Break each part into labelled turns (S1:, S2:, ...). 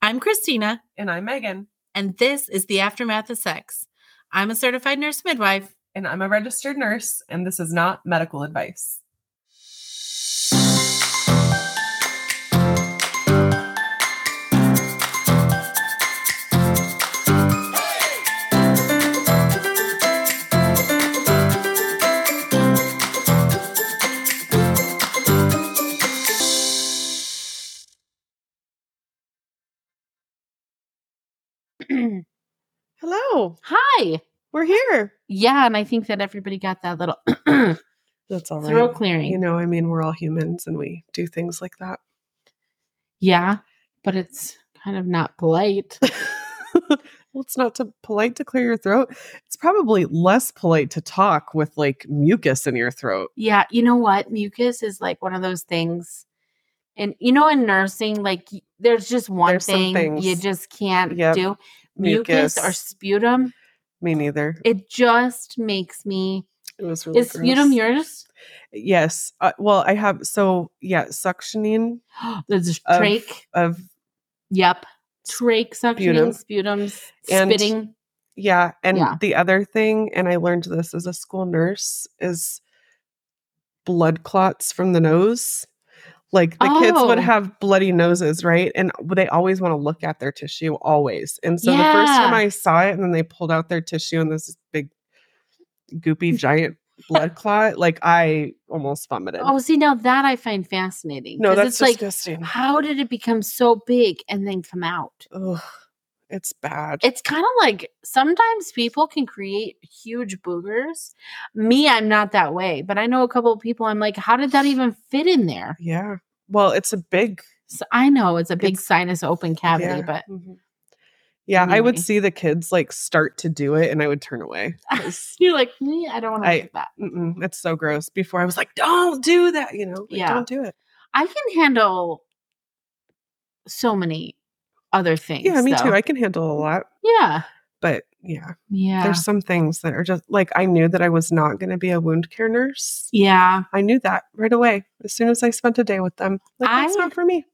S1: I'm Christina,
S2: And I'm Megan.
S1: and this is The Aftermath of Sex. I'm a certified nurse midwife.
S2: And I'm a registered nurse. And this is not medical advice.
S3: Hello,
S1: Hi.
S3: we're here.
S1: Yeah, and I think that everybody got that little throat
S3: That's all right.
S1: clearing.
S3: You know, I mean, we're all humans and we do things like that.
S1: Yeah, but it's kind of not polite.
S3: well, it's not to, polite to clear your throat. It's probably less polite to talk with like mucus in your throat.
S1: Yeah, you know what? Mucus is like one of those things. And you know, in nursing, like y- there's just one
S3: There's some
S1: thing you
S3: things.
S1: just can't
S3: Yep.
S1: do. Mucus. or sputum.
S3: me neither.
S1: It just makes me.
S3: It was really
S1: Is sputum
S3: gross.
S1: yours?
S3: Yes. Uh, well, I have so yeah, suctioning
S1: There's
S3: Of-
S1: trach.
S3: of
S1: Yep. Trach suctioning,
S3: Sputum.
S1: sputums,
S3: And-
S1: spitting.
S3: yeah, and
S1: Yeah.
S3: the other thing, and I learned this as a school nurse is blood clots from the nose. Like the kids would
S1: Oh.
S3: have bloody noses, right? And they always want to look at their tissue, always. And so the first time
S1: Yeah.
S3: I saw it, and then they pulled out their tissue and this big, goopy, giant blood clot, like I almost vomited.
S1: Oh, see, now that I find fascinating.
S3: no,
S1: 'cause
S3: that's
S1: it's like,
S3: disgusting.
S1: how did it become so big and then come out?
S3: Ugh, it's bad.
S1: It's kind of like sometimes people can create huge boogers. Me, I'm not that way, but I know a couple of people. I'm like, how did that even fit in there?
S3: yeah. Well, it's a big
S1: So I know it's a big
S3: It's-
S1: sinus open cavity,
S3: Yeah.
S1: but
S3: Mhm. yeah, I would
S1: anyway.
S3: see the kids like start to do it, and I would turn away.
S1: you're like, me, I don't want to
S3: I-
S1: look at that.
S3: Mm-mm, it's so gross. Before I was like, "Don't do that," you know. like,
S1: Yeah.
S3: don't do it.
S1: I can handle so many other things.
S3: Yeah, me
S1: though.
S3: too. I can handle a lot,
S1: yeah.
S3: but yeah,
S1: Yeah.
S3: there's some things that are just like I knew that I was not going to be a wound care nurse.
S1: yeah.
S3: I knew that right away as soon as I spent a day with them. Like that's
S1: I-
S3: not for me.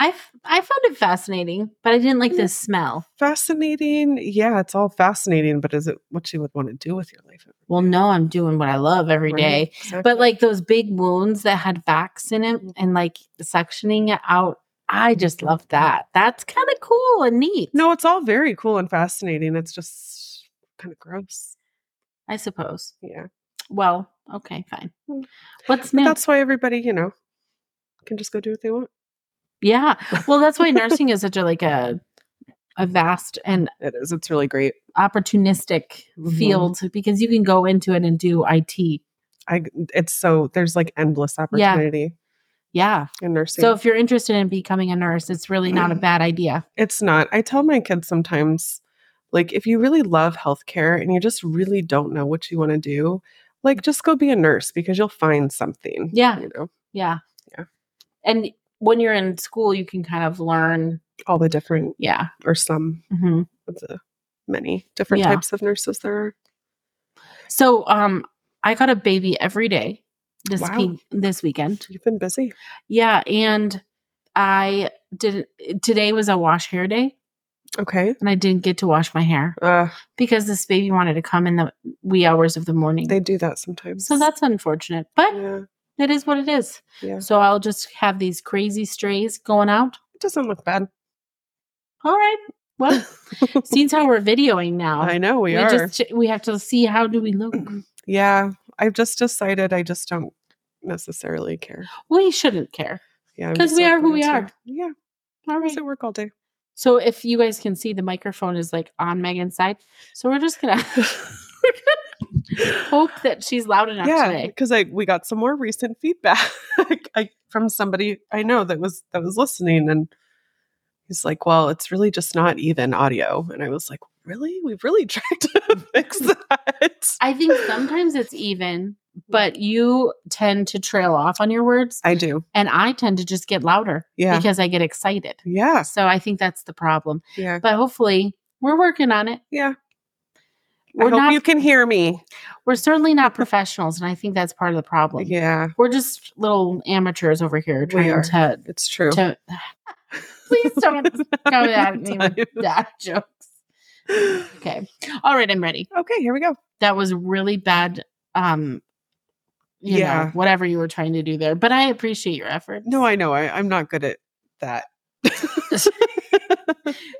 S1: I, f- I found it fascinating, but I didn't like the smell.
S3: Fascinating. Yeah, it's all fascinating, but is it what you would want to do with your life
S1: Well, no, I'm doing what I love every day. But like those big wounds that had vax in it and like suctioning it out, I just love that. That's kind of cool and neat.
S3: No, it's all very cool and fascinating. It's just kind of gross.
S1: I suppose.
S3: Yeah.
S1: Well, okay, fine.
S3: Hmm.
S1: What's
S3: But
S1: new?
S3: that's why everybody, you know, can just go do what they want.
S1: Yeah. Well, that's why nursing is such a like a a vast and
S3: It is. It's really great.
S1: opportunistic
S3: Mhm.
S1: field because you can go into it and do IT.
S3: I it's so there's like endless opportunity
S1: Yeah.
S3: in nursing.
S1: So if you're interested in becoming a nurse, it's really not a
S3: Mm.
S1: bad idea.
S3: it's not. I tell my kids sometimes, like if you really love healthcare and you just really don't know what you want to do, like just go be a nurse because you'll find something.
S1: Yeah.
S3: You know,
S1: Yeah.
S3: Yeah.
S1: And when you're in school, you can kind of learn.
S3: all the different
S1: Yeah.
S3: or some
S1: hmm
S3: of the many different
S1: Yeah.
S3: types of nurses there are.
S1: So um, I got a baby every day this
S3: Wow.
S1: pe- this weekend.
S3: You've been busy.
S1: Yeah, and I did. Today was a wash hair day,
S3: Okay.
S1: and I didn't get to wash my hair
S3: Uh
S1: because this baby wanted to come in the wee hours of the morning.
S3: they do that sometimes.
S1: so that's unfortunate, but
S3: yeah.
S1: it is what it is.
S3: Yeah.
S1: So I'll just have these crazy strays going out.
S3: It doesn't look bad.
S1: All right. Well, seems how we're videoing now.
S3: I know we, are.
S1: Just, ch- we have to see how do we look.
S3: yeah. I've just decided I just don't necessarily care.
S1: we shouldn't care.
S3: Yeah. I'm
S1: 'Cause
S3: just
S1: we
S3: not
S1: are who we
S3: going
S1: are.
S3: to. Yeah.
S1: All
S3: I
S1: right.
S3: was at work all day.
S1: So if you guys can see, the microphone is like on Megan's side. So we're just gonna hope that she's loud enough
S3: yeah.
S1: today.
S3: Because I we got some more recent feedback I, from somebody I know that was that was listening and he's like, Well, it's really just not even audio. And I was like, Really? We've really tried to fix that.
S1: I think sometimes it's even, but you tend to trail off on your words,
S3: I do.
S1: and I tend to just get louder
S3: Yeah.
S1: because I get excited.
S3: Yeah.
S1: So I think that's the problem.
S3: Yeah.
S1: But hopefully, we're working on it.
S3: Yeah. I
S1: We're
S3: hope
S1: not.
S3: you can hear me.
S1: we're certainly not professionals, and I think that's part of the problem.
S3: Yeah.
S1: We're just little amateurs over here trying
S3: are.
S1: to
S3: It's true.
S1: to Please don't
S3: It's not
S1: go at
S3: enough
S1: me
S3: time.
S1: with dad jokes. Okay. All right, I'm ready.
S3: Okay, here we go.
S1: That was really bad. Um, you know,
S3: Yeah.
S1: whatever you were trying to do there, but I appreciate your effort.
S3: No, I know. I, I'm not good at that.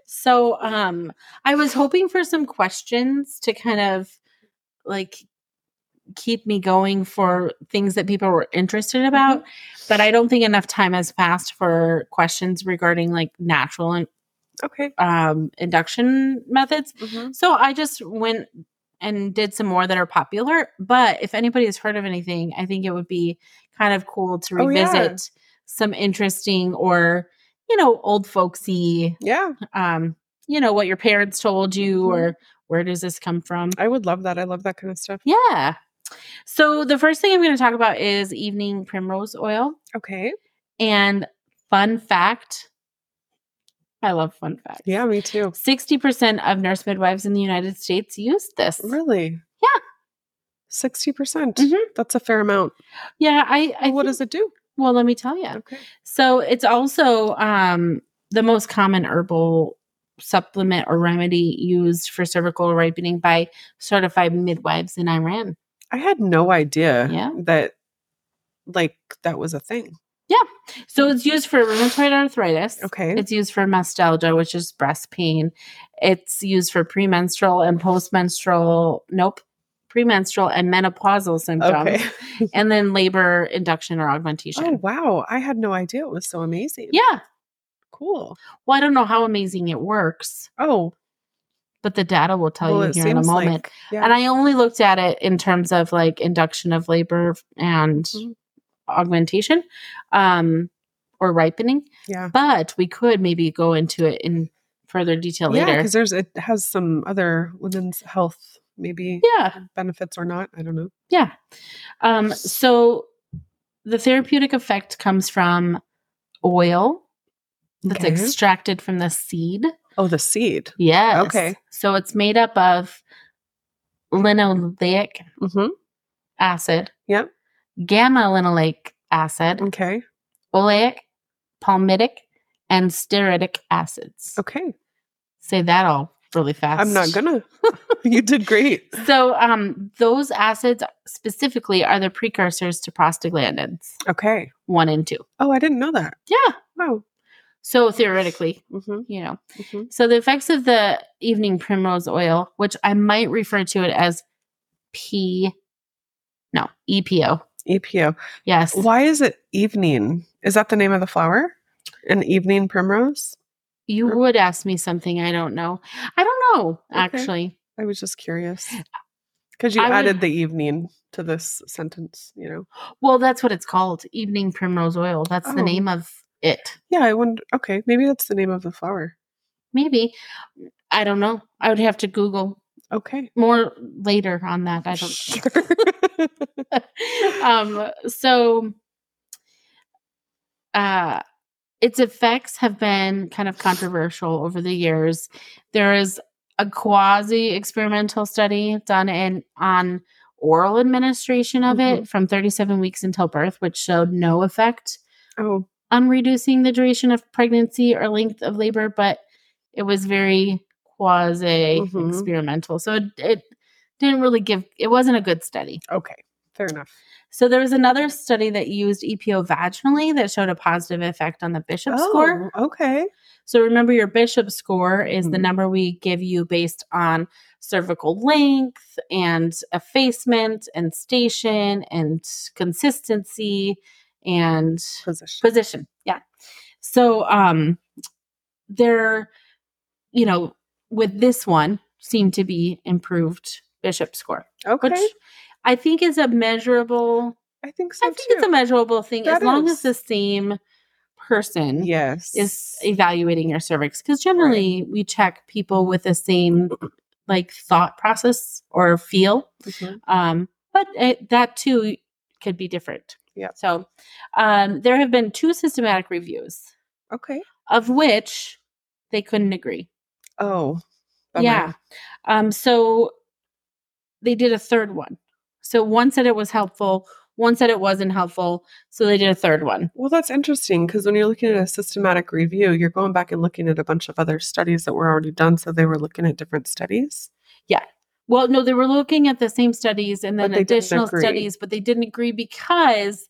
S1: So, um, I was hoping for some questions to kind of like keep me going for things that people were interested
S3: Mm-hmm.
S1: about, but I don't think enough time has passed for questions regarding like natural and
S3: okay.
S1: um, induction methods.
S3: Mhm.
S1: So I just went and did some more that are popular. But if anybody has heard of anything, I think it would be kind of cool to
S3: Oh, yeah.
S1: revisit some interesting or, you know, old folksy,
S3: Yeah,
S1: um, you know, what your parents told you
S3: Mhm.
S1: or where does this come from?
S3: I would love that. I love that kind of stuff.
S1: Yeah. So the first thing I'm going to talk about is evening primrose oil.
S3: Okay.
S1: And fun fact I love fun facts.
S3: Yeah, me too.
S1: 60% of nurse midwives in the United States used this.
S3: Really?
S1: Yeah.
S3: 60%. percent
S1: Mhm.
S3: That's a fair amount.
S1: Yeah, I, I
S3: what
S1: think-
S3: does it do?
S1: well, let me tell you.
S3: Okay.
S1: So it's also um, the most common herbal supplement or remedy used for cervical ripening by certified midwives in Iran.
S3: I had no idea
S1: Yeah.
S3: that like that was a thing.
S1: So it's used for rheumatoid arthritis.
S3: Okay.
S1: It's used for mastalgia, which is breast pain. It's used for premenstrual and postmenstrual, nope, premenstrual and menopausal symptoms.
S3: okay.
S1: And then labor induction or augmentation.
S3: Oh wow. I had no idea it was so amazing.
S1: Yeah.
S3: Cool.
S1: Well, I don't know how amazing it works,
S3: Oh,
S1: but the data will tell
S3: well,
S1: Oh, you
S3: it
S1: here in a
S3: seems
S1: moment.
S3: like yeah.
S1: And I only looked at it in terms of like induction of labor and
S3: Mhm.
S1: augmentation um, or ripening.
S3: yeah.
S1: But we could maybe go into it in further detail
S3: Yeah,
S1: later.
S3: because there's it has some other women's health maybe
S1: Yeah.
S3: benefits or not. I don't know.
S1: Yeah. Um, so the therapeutic effect comes from oil that's
S3: Okay.
S1: extracted from the seed.
S3: Oh, the seed.
S1: Yes.
S3: Okay.
S1: So it's made up of linoleic
S3: Mm-hmm.
S1: acid.
S3: Yep. Mm.
S1: Gamma linoleic acid,
S3: Okay.
S1: oleic, palmitic, and stearitic acids.
S3: Okay.
S1: Say that all really fast.
S3: I'm not gonna. you did great.
S1: So um, those acids specifically are the precursors to prostaglandins
S3: Okay.
S1: one and two.
S3: Oh, I didn't know that.
S1: Yeah.
S3: Wow.
S1: So theoretically,
S3: Mm-hmm.
S1: you know.
S3: hmm
S1: So the effects of the evening primrose oil, which I might refer to it as P, no EPO.
S3: EPO.
S1: Yes,
S3: E Why is it evening? Is that the name of the flower? An evening primrose?
S1: you would ask me something I don't know. I don't know
S3: Okay.
S1: actually.
S3: I was just curious. Because you
S1: I would-
S3: added the evening to this sentence, you know.
S1: Well, that's what it's called, evening primrose oil. That's the
S3: Oh.
S1: name of it.
S3: Yeah, I wonder okay, maybe that's the name of the flower.
S1: Maybe I don't know. I would have to Google
S3: Okay.
S1: more later on that. I don't.
S3: sure.
S1: um, so uh, its effects have been kind of controversial over the years. There is a quasi experimental study done in on oral administration of it from 37 weeks until birth, which showed no effect
S3: oh,
S1: on reducing the duration of pregnancy or length of labor, but it was very quasi
S3: Mhm.
S1: experimental. So it, it didn't really give, it wasn't a good study.
S3: okay. Fair enough.
S1: So there was another study that used EPO vaginally that showed a positive effect on the bishop score.
S3: Oh, okay.
S1: So remember your bishop score is the
S3: Mhm.
S1: number we give you based on cervical length and effacement and station and consistency and
S3: Position.
S1: position. Yeah. So um there, you know, with this one seemed to be improved bishop score,
S3: Okay.
S1: which I think is a measurable
S3: I think so.
S1: I think it's a
S3: too.
S1: measurable thing as
S3: That
S1: long as
S3: is.
S1: the same
S3: Hmm?
S1: person
S3: Yes.
S1: is evaluating your cervix. Because generally we check people with the same like thought process or feel.
S3: Mhm.
S1: Um, but it, that too could be different.
S3: Yep.
S1: So um, there have been two systematic reviews,
S3: Okay.
S1: of which they couldn't agree.
S3: Oh. bummer.
S1: Yeah. Um, so they did a third one. So one said it was helpful, One said it wasn't helpful, so they did a third one.
S3: Well, that's interesting because when you're looking at a systematic review, you're going back and looking at a bunch of other studies that were already done. So they were looking at different studies.
S1: Well, no, they were looking at the same studies and
S3: But
S1: then
S3: they didn't
S1: additional
S3: agree.
S1: studies, but they didn't agree because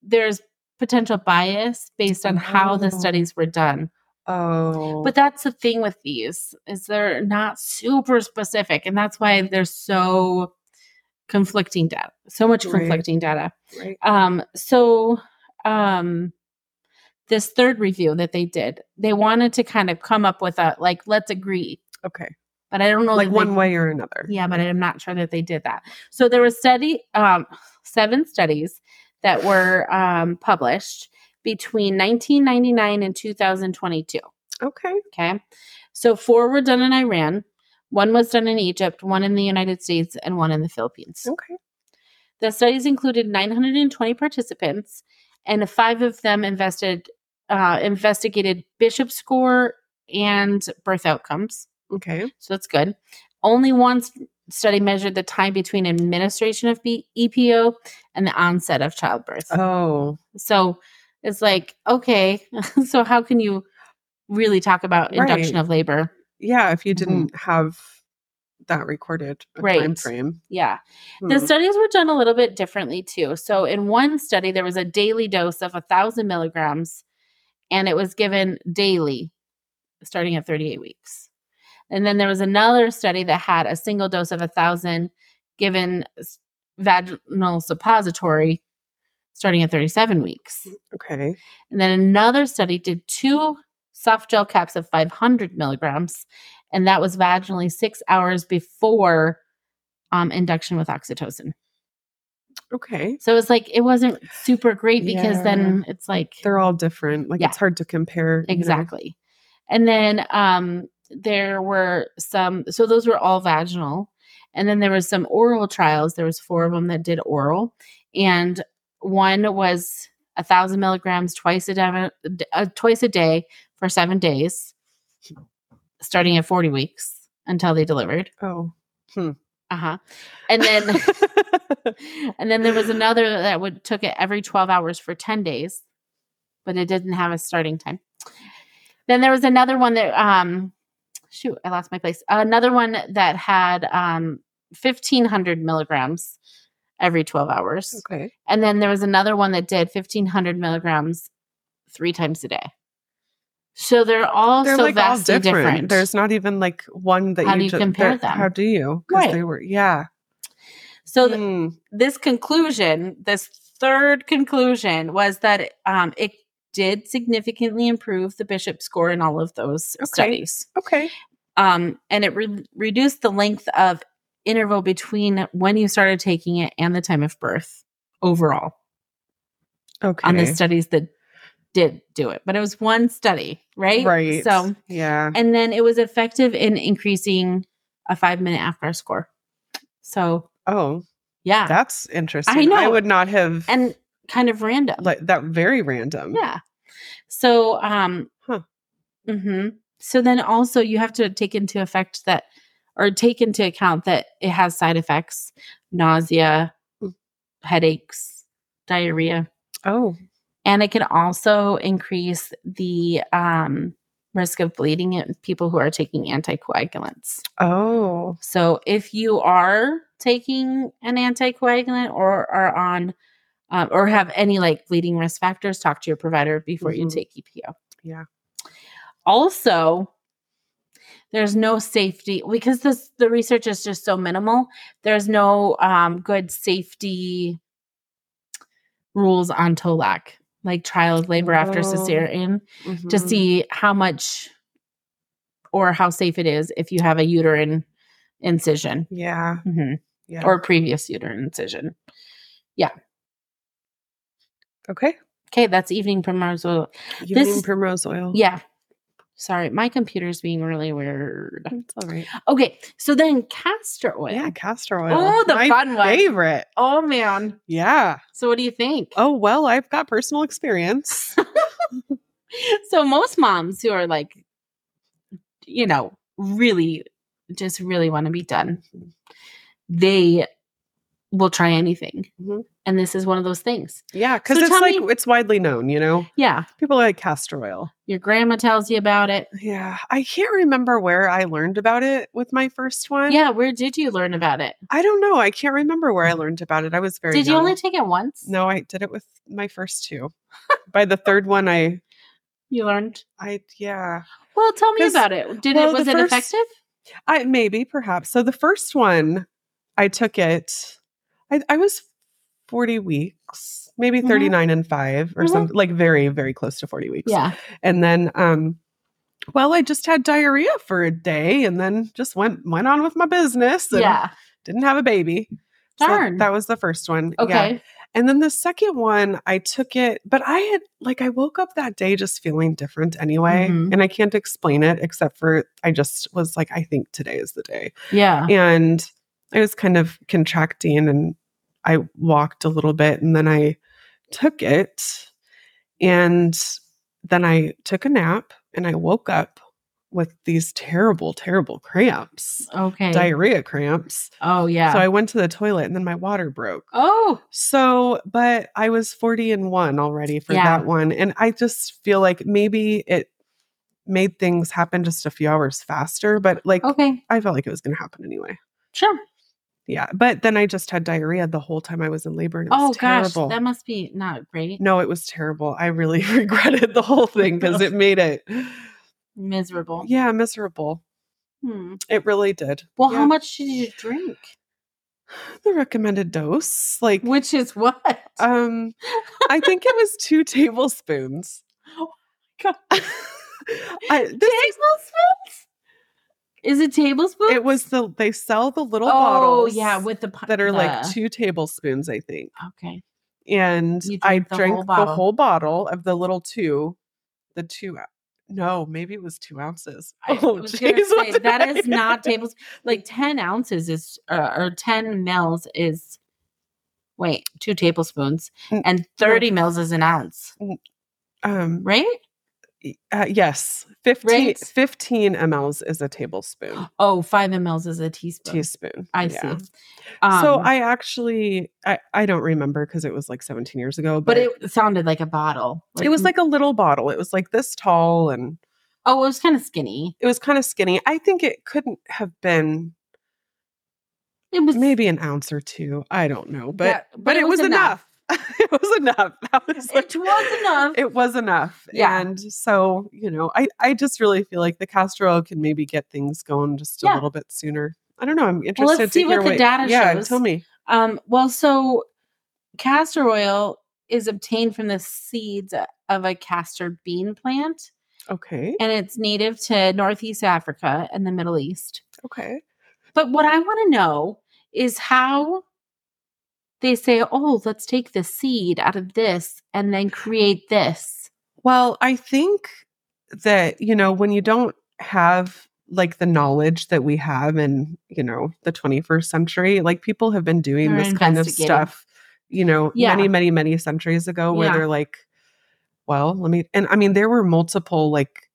S1: there's potential bias based on how the
S3: Oh.
S1: studies were done.
S3: Oh,
S1: But that's the thing with these is they're not super specific, and that's why they're so conflicting data, so much
S3: Right.
S1: conflicting data.
S3: right.
S1: Um, so um this third review that they did, they wanted to kind of come up with a like, let's agree.
S3: Okay,
S1: But I don't know
S3: like
S1: that they-
S3: one way or another.
S1: yeah, but I'm not sure that they did that. So there were study um, seven studies that were um, published between 1999 and 2022.
S3: Okay.
S1: Okay, so four were done in Iran, one was done in Egypt, one in the United States, and one in the Philippines.
S3: Okay.
S1: The studies included 920 participants, and five of them invested uh, investigated bishop score and birth outcomes.
S3: Okay.
S1: So that's good. Only one s- study measured the time between administration of B- EPO and the onset of childbirth.
S3: Oh,
S1: So it's like, okay, so how can you really talk about induction
S3: Right.
S1: of labor?
S3: yeah. If you
S1: Mhm.
S3: didn't have that recorded a
S1: Right.
S3: time frame,
S1: Yeah.
S3: Hmm.
S1: The studies were done a little bit differently too. So in one study, there was a daily dose of 1,000 milligrams and it was given daily starting at 38 weeks. And then there was another study that had a single dose of 1,000 given s- vaginal suppository starting at 37 weeks.
S3: okay.
S1: And then another study did two soft gel caps of 500 milligrams, and that was vaginally six hours before um, induction with oxytocin.
S3: Okay.
S1: So it's like it wasn't super great because then it's like
S3: They're all different. Like
S1: Yeah.
S3: it's hard to compare. you know.
S1: exactly. And then um, there were some, so those were all vaginal. And then there was some oral trials. There was four of them that did oral, and one was a thousand milligrams twice a day, uh, twice a day for seven days, starting at forty weeks until they delivered.
S3: Oh.
S1: Uh huh. And then, and then there was another that would took it every twelve hours for ten days, but it didn't have a starting time. Then there was another one that um, shoot, I lost my place. Another one that had um, fifteen hundred milligrams every twelve hours.
S3: okay.
S1: And then there was another one that did 1500 milligrams three times a day. So they're all
S3: They're
S1: so
S3: like all
S1: vastly
S3: different.
S1: different.
S3: There's not even like one that
S1: How
S3: you,
S1: do you
S3: ju-
S1: compare
S3: they're-
S1: them?
S3: How do you? Because
S1: Right.
S3: they were yeah.
S1: so th-
S3: Hmm.
S1: this conclusion, this third conclusion was that um, it did significantly improve the bishop score in all of those
S3: Okay.
S1: studies.
S3: Okay.
S1: Um, and it re- reduced the length of interval between when you started taking it and the time of birth overall
S3: Okay.
S1: on the studies that did do it. But it was one study, right?
S3: Right.
S1: So
S3: yeah.
S1: and then it was effective in increasing a five minute after score. So
S3: Oh,
S1: yeah,
S3: that's interesting.
S1: I know.
S3: I would not have
S1: and kind of random.
S3: like that very random.
S1: yeah. So um,
S3: Huh.
S1: hmm so then also you have to take into effect that or take into account that it has side effects, nausea,
S3: Mm.
S1: headaches, diarrhea,
S3: Oh.
S1: and it can also increase the um risk of bleeding in people who are taking anticoagulants.
S3: Oh.
S1: So if you are taking an anticoagulant or are on um, or have any like bleeding risk factors, talk to your provider before you
S3: Mhm.
S1: take EPO.
S3: Yeah.
S1: Also, there's no safety because this the research is just so minimal. There's no um, good safety rules on Tolac, like trial of labor after
S3: Oh.
S1: cesarean to
S3: Mhm.
S1: see how much or how safe it is if you have a uterine incision
S3: Yeah.
S1: Mm-hmm.
S3: Yeah.
S1: or previous uterine incision.
S3: okay.
S1: Okay, that's evening primrose oil.
S3: You
S1: This-
S3: mean primrose oil?
S1: Yeah. Sorry, my computer's being really weird.
S3: It's all right.
S1: Okay, so then castor oil.
S3: Yeah, castor oil.
S1: Oh, the
S3: My
S1: fun one.
S3: favorite.
S1: Oh man.
S3: Yeah.
S1: So what do you think?
S3: Oh well, I've got personal experience.
S1: So most moms who are like you know, really just really want to be done. They will try anything.
S3: Mhm.
S1: And this is one of those things.
S3: Yeah, because
S1: So
S3: it's
S1: tell
S3: like
S1: me-
S3: it's widely known, you know.
S1: Yeah.
S3: People like castor oil.
S1: Your grandma tells you about it.
S3: Yeah, I can't remember where I learned about it with my first one.
S1: Yeah. Where did you learn about it?
S3: I don't know. I can't remember where I learned about it. I was very.
S1: Did you
S3: young.
S1: only take it once?
S3: No, I did it with my first two. By the third one, I,
S1: You learned.
S3: I yeah,
S1: Well, tell me
S3: 'Cause-
S1: about it. Did
S3: well,
S1: it was
S3: the
S1: it
S3: first-
S1: effective?
S3: I maybe perhaps. So the first one, I took it. I, I was forty weeks, maybe
S1: Mhm.
S3: thirty nine and five or
S1: Mhm.
S3: something like very very close to forty weeks.
S1: Yeah.
S3: and then um well i just had diarrhea for a day and then just went went on with my business and
S1: Yeah.
S3: didn't have a baby So
S1: Darn.
S3: that was the first one yeah.
S1: Okay.
S3: and then the second one i took it but i had like i woke up that day just feeling different anyway
S1: Mhm.
S3: and i can't explain it except for i just was like i think today is the day
S1: Yeah.
S3: and I was kind of contracting and I walked a little bit and then I took it and then I took a nap and I woke up with these terrible, terrible cramps,
S1: Okay.
S3: diarrhea cramps.
S1: oh yeah.
S3: So I went to the toilet and then my water broke.
S1: oh.
S3: So, but I was 40 and one already for
S1: Yeah.
S3: that one. And I just feel like maybe it made things happen just a few hours faster, but like
S1: Okay.
S3: I felt like it was going to happen anyway.
S1: Sure.
S3: Yeah, but then I just had diarrhea the whole time I was in labor, and it was
S1: Oh
S3: terrible.
S1: gosh, that must be not great.
S3: no, it was terrible. I really regretted the whole thing because it made it,
S1: Miserable.
S3: yeah, miserable.
S1: Hmm.
S3: It really did.
S1: Well,
S3: Yeah.
S1: how much did you drink?
S3: the recommended dose? Like,
S1: Which is what?
S3: um, I think it was two tablespoons.
S1: Oh my
S3: I, this is-
S1: tablespoons? Is it tablespoons?
S3: it was the they sell the little
S1: oh
S3: bottles.
S1: yeah, with the pi-
S3: that are like
S1: the-
S3: two tablespoons, I think.
S1: okay.
S3: and
S1: You
S3: I
S1: drank the
S3: drank
S1: whole
S3: the
S1: bottle.
S3: whole bottle of the little two, the two. ou- No, maybe it was two ounces.
S1: I was gonna
S3: Oh, jeez, what
S1: say,
S3: did
S1: that
S3: I-
S1: is not tablespoons. Like ten ounces is uh, or ten mils is. Wait, two tablespoons
S3: N-
S1: and thirty mils is an ounce,
S3: Um,
S1: right?
S3: y- uh, yes, 15,
S1: Right?
S3: 15 mLs is a tablespoon.
S1: Oh, five mils is a teaspoon.
S3: Teaspoon.
S1: I
S3: yeah.
S1: see.
S3: so
S1: Um,
S3: I actually, I, I don't remember because it was like 17 years ago, but,
S1: but it sounded like a bottle.
S3: it was like a little bottle. It was like this tall and
S1: oh, it was kind of skinny.
S3: it was kind of skinny. I think it couldn't have been
S1: It was
S3: maybe an ounce or two. I don't know, but
S1: Yeah,
S3: but, it, was, enough. it was enough. That was
S1: It was enough.
S3: It was enough.
S1: Yeah.
S3: And so, you know, I I just really feel like the castor oil can maybe get things going just a
S1: Yeah.
S3: little bit sooner. I don't know. I'm interested to
S1: see what
S3: hear
S1: the data
S3: yeah,
S1: shows.
S3: tell me.
S1: Um, well, so castor oil is obtained from the seeds of a castor bean plant,
S3: Okay.
S1: and it's native to Northeast Africa and the Middle East.
S3: Okay.
S1: But what I want to know is how they say, oh, let's take the seed out of this and then create this.
S3: Well, I think that, you know, when you don't have like the knowledge that we have in, you know, the 21st century, like people have been doing
S1: Or
S3: this kind of
S1: investigating.
S3: stuff, you know,
S1: Yeah.
S3: many, many, many centuries ago where
S1: Yeah.
S3: they're like, well, let me, and I mean, there were multiple like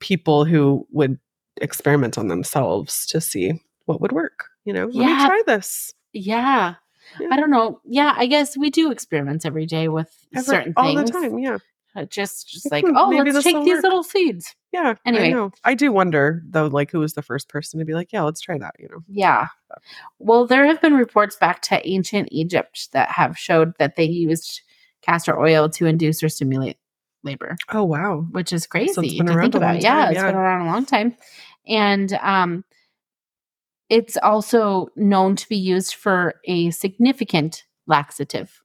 S3: people who would experiment on themselves to see what would work, you know, let me
S1: Yeah.
S3: try this.
S1: Yeah.
S3: Yeah.
S1: I don't know. Yeah, I guess we do experiments every day with
S3: Every-
S1: certain
S3: all
S1: things.
S3: the time. Yeah.
S1: Uh, just, just
S3: Like,
S1: like,
S3: hmm,
S1: oh,
S3: maybe
S1: let's
S3: this
S1: take
S3: will
S1: these
S3: work."
S1: little seeds.
S3: Yeah.
S1: Anyway.
S3: I know. I do wonder though, like who was the first person to be like, yeah, let's try that, you know?
S1: Yeah. Well, there have been reports back to ancient Egypt that have showed that they used castor oil to induce or stimulate labor,
S3: Oh wow.
S1: which is
S3: it's
S1: crazy to
S3: been
S1: think
S3: around a long
S1: about. yeah,
S3: time,
S1: it's
S3: yeah.
S1: been around a long time. And um it's also known to be used for a significant laxative.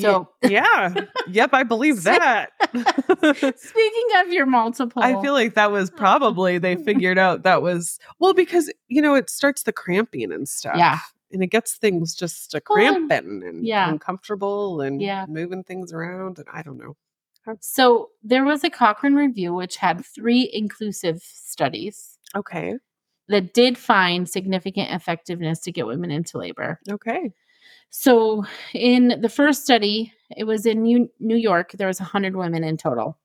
S1: So
S3: yeah. Yep, I believe that.
S1: speaking of your multiple
S3: I feel like that was probably they figured out that was well because you know it starts the cramping and stuff.
S1: Yeah.
S3: And it gets things just a
S1: Well, and-
S3: cramping and
S1: yeah.
S3: uncomfortable and
S1: Yeah.
S3: moving things around and I don't know.
S1: So there was a Cochrane review which had three inclusive studies
S3: Okay.
S1: that did find significant effectiveness to get women into labor.
S3: Okay.
S1: So in the first study, it was in New New York, there was 100 women in total.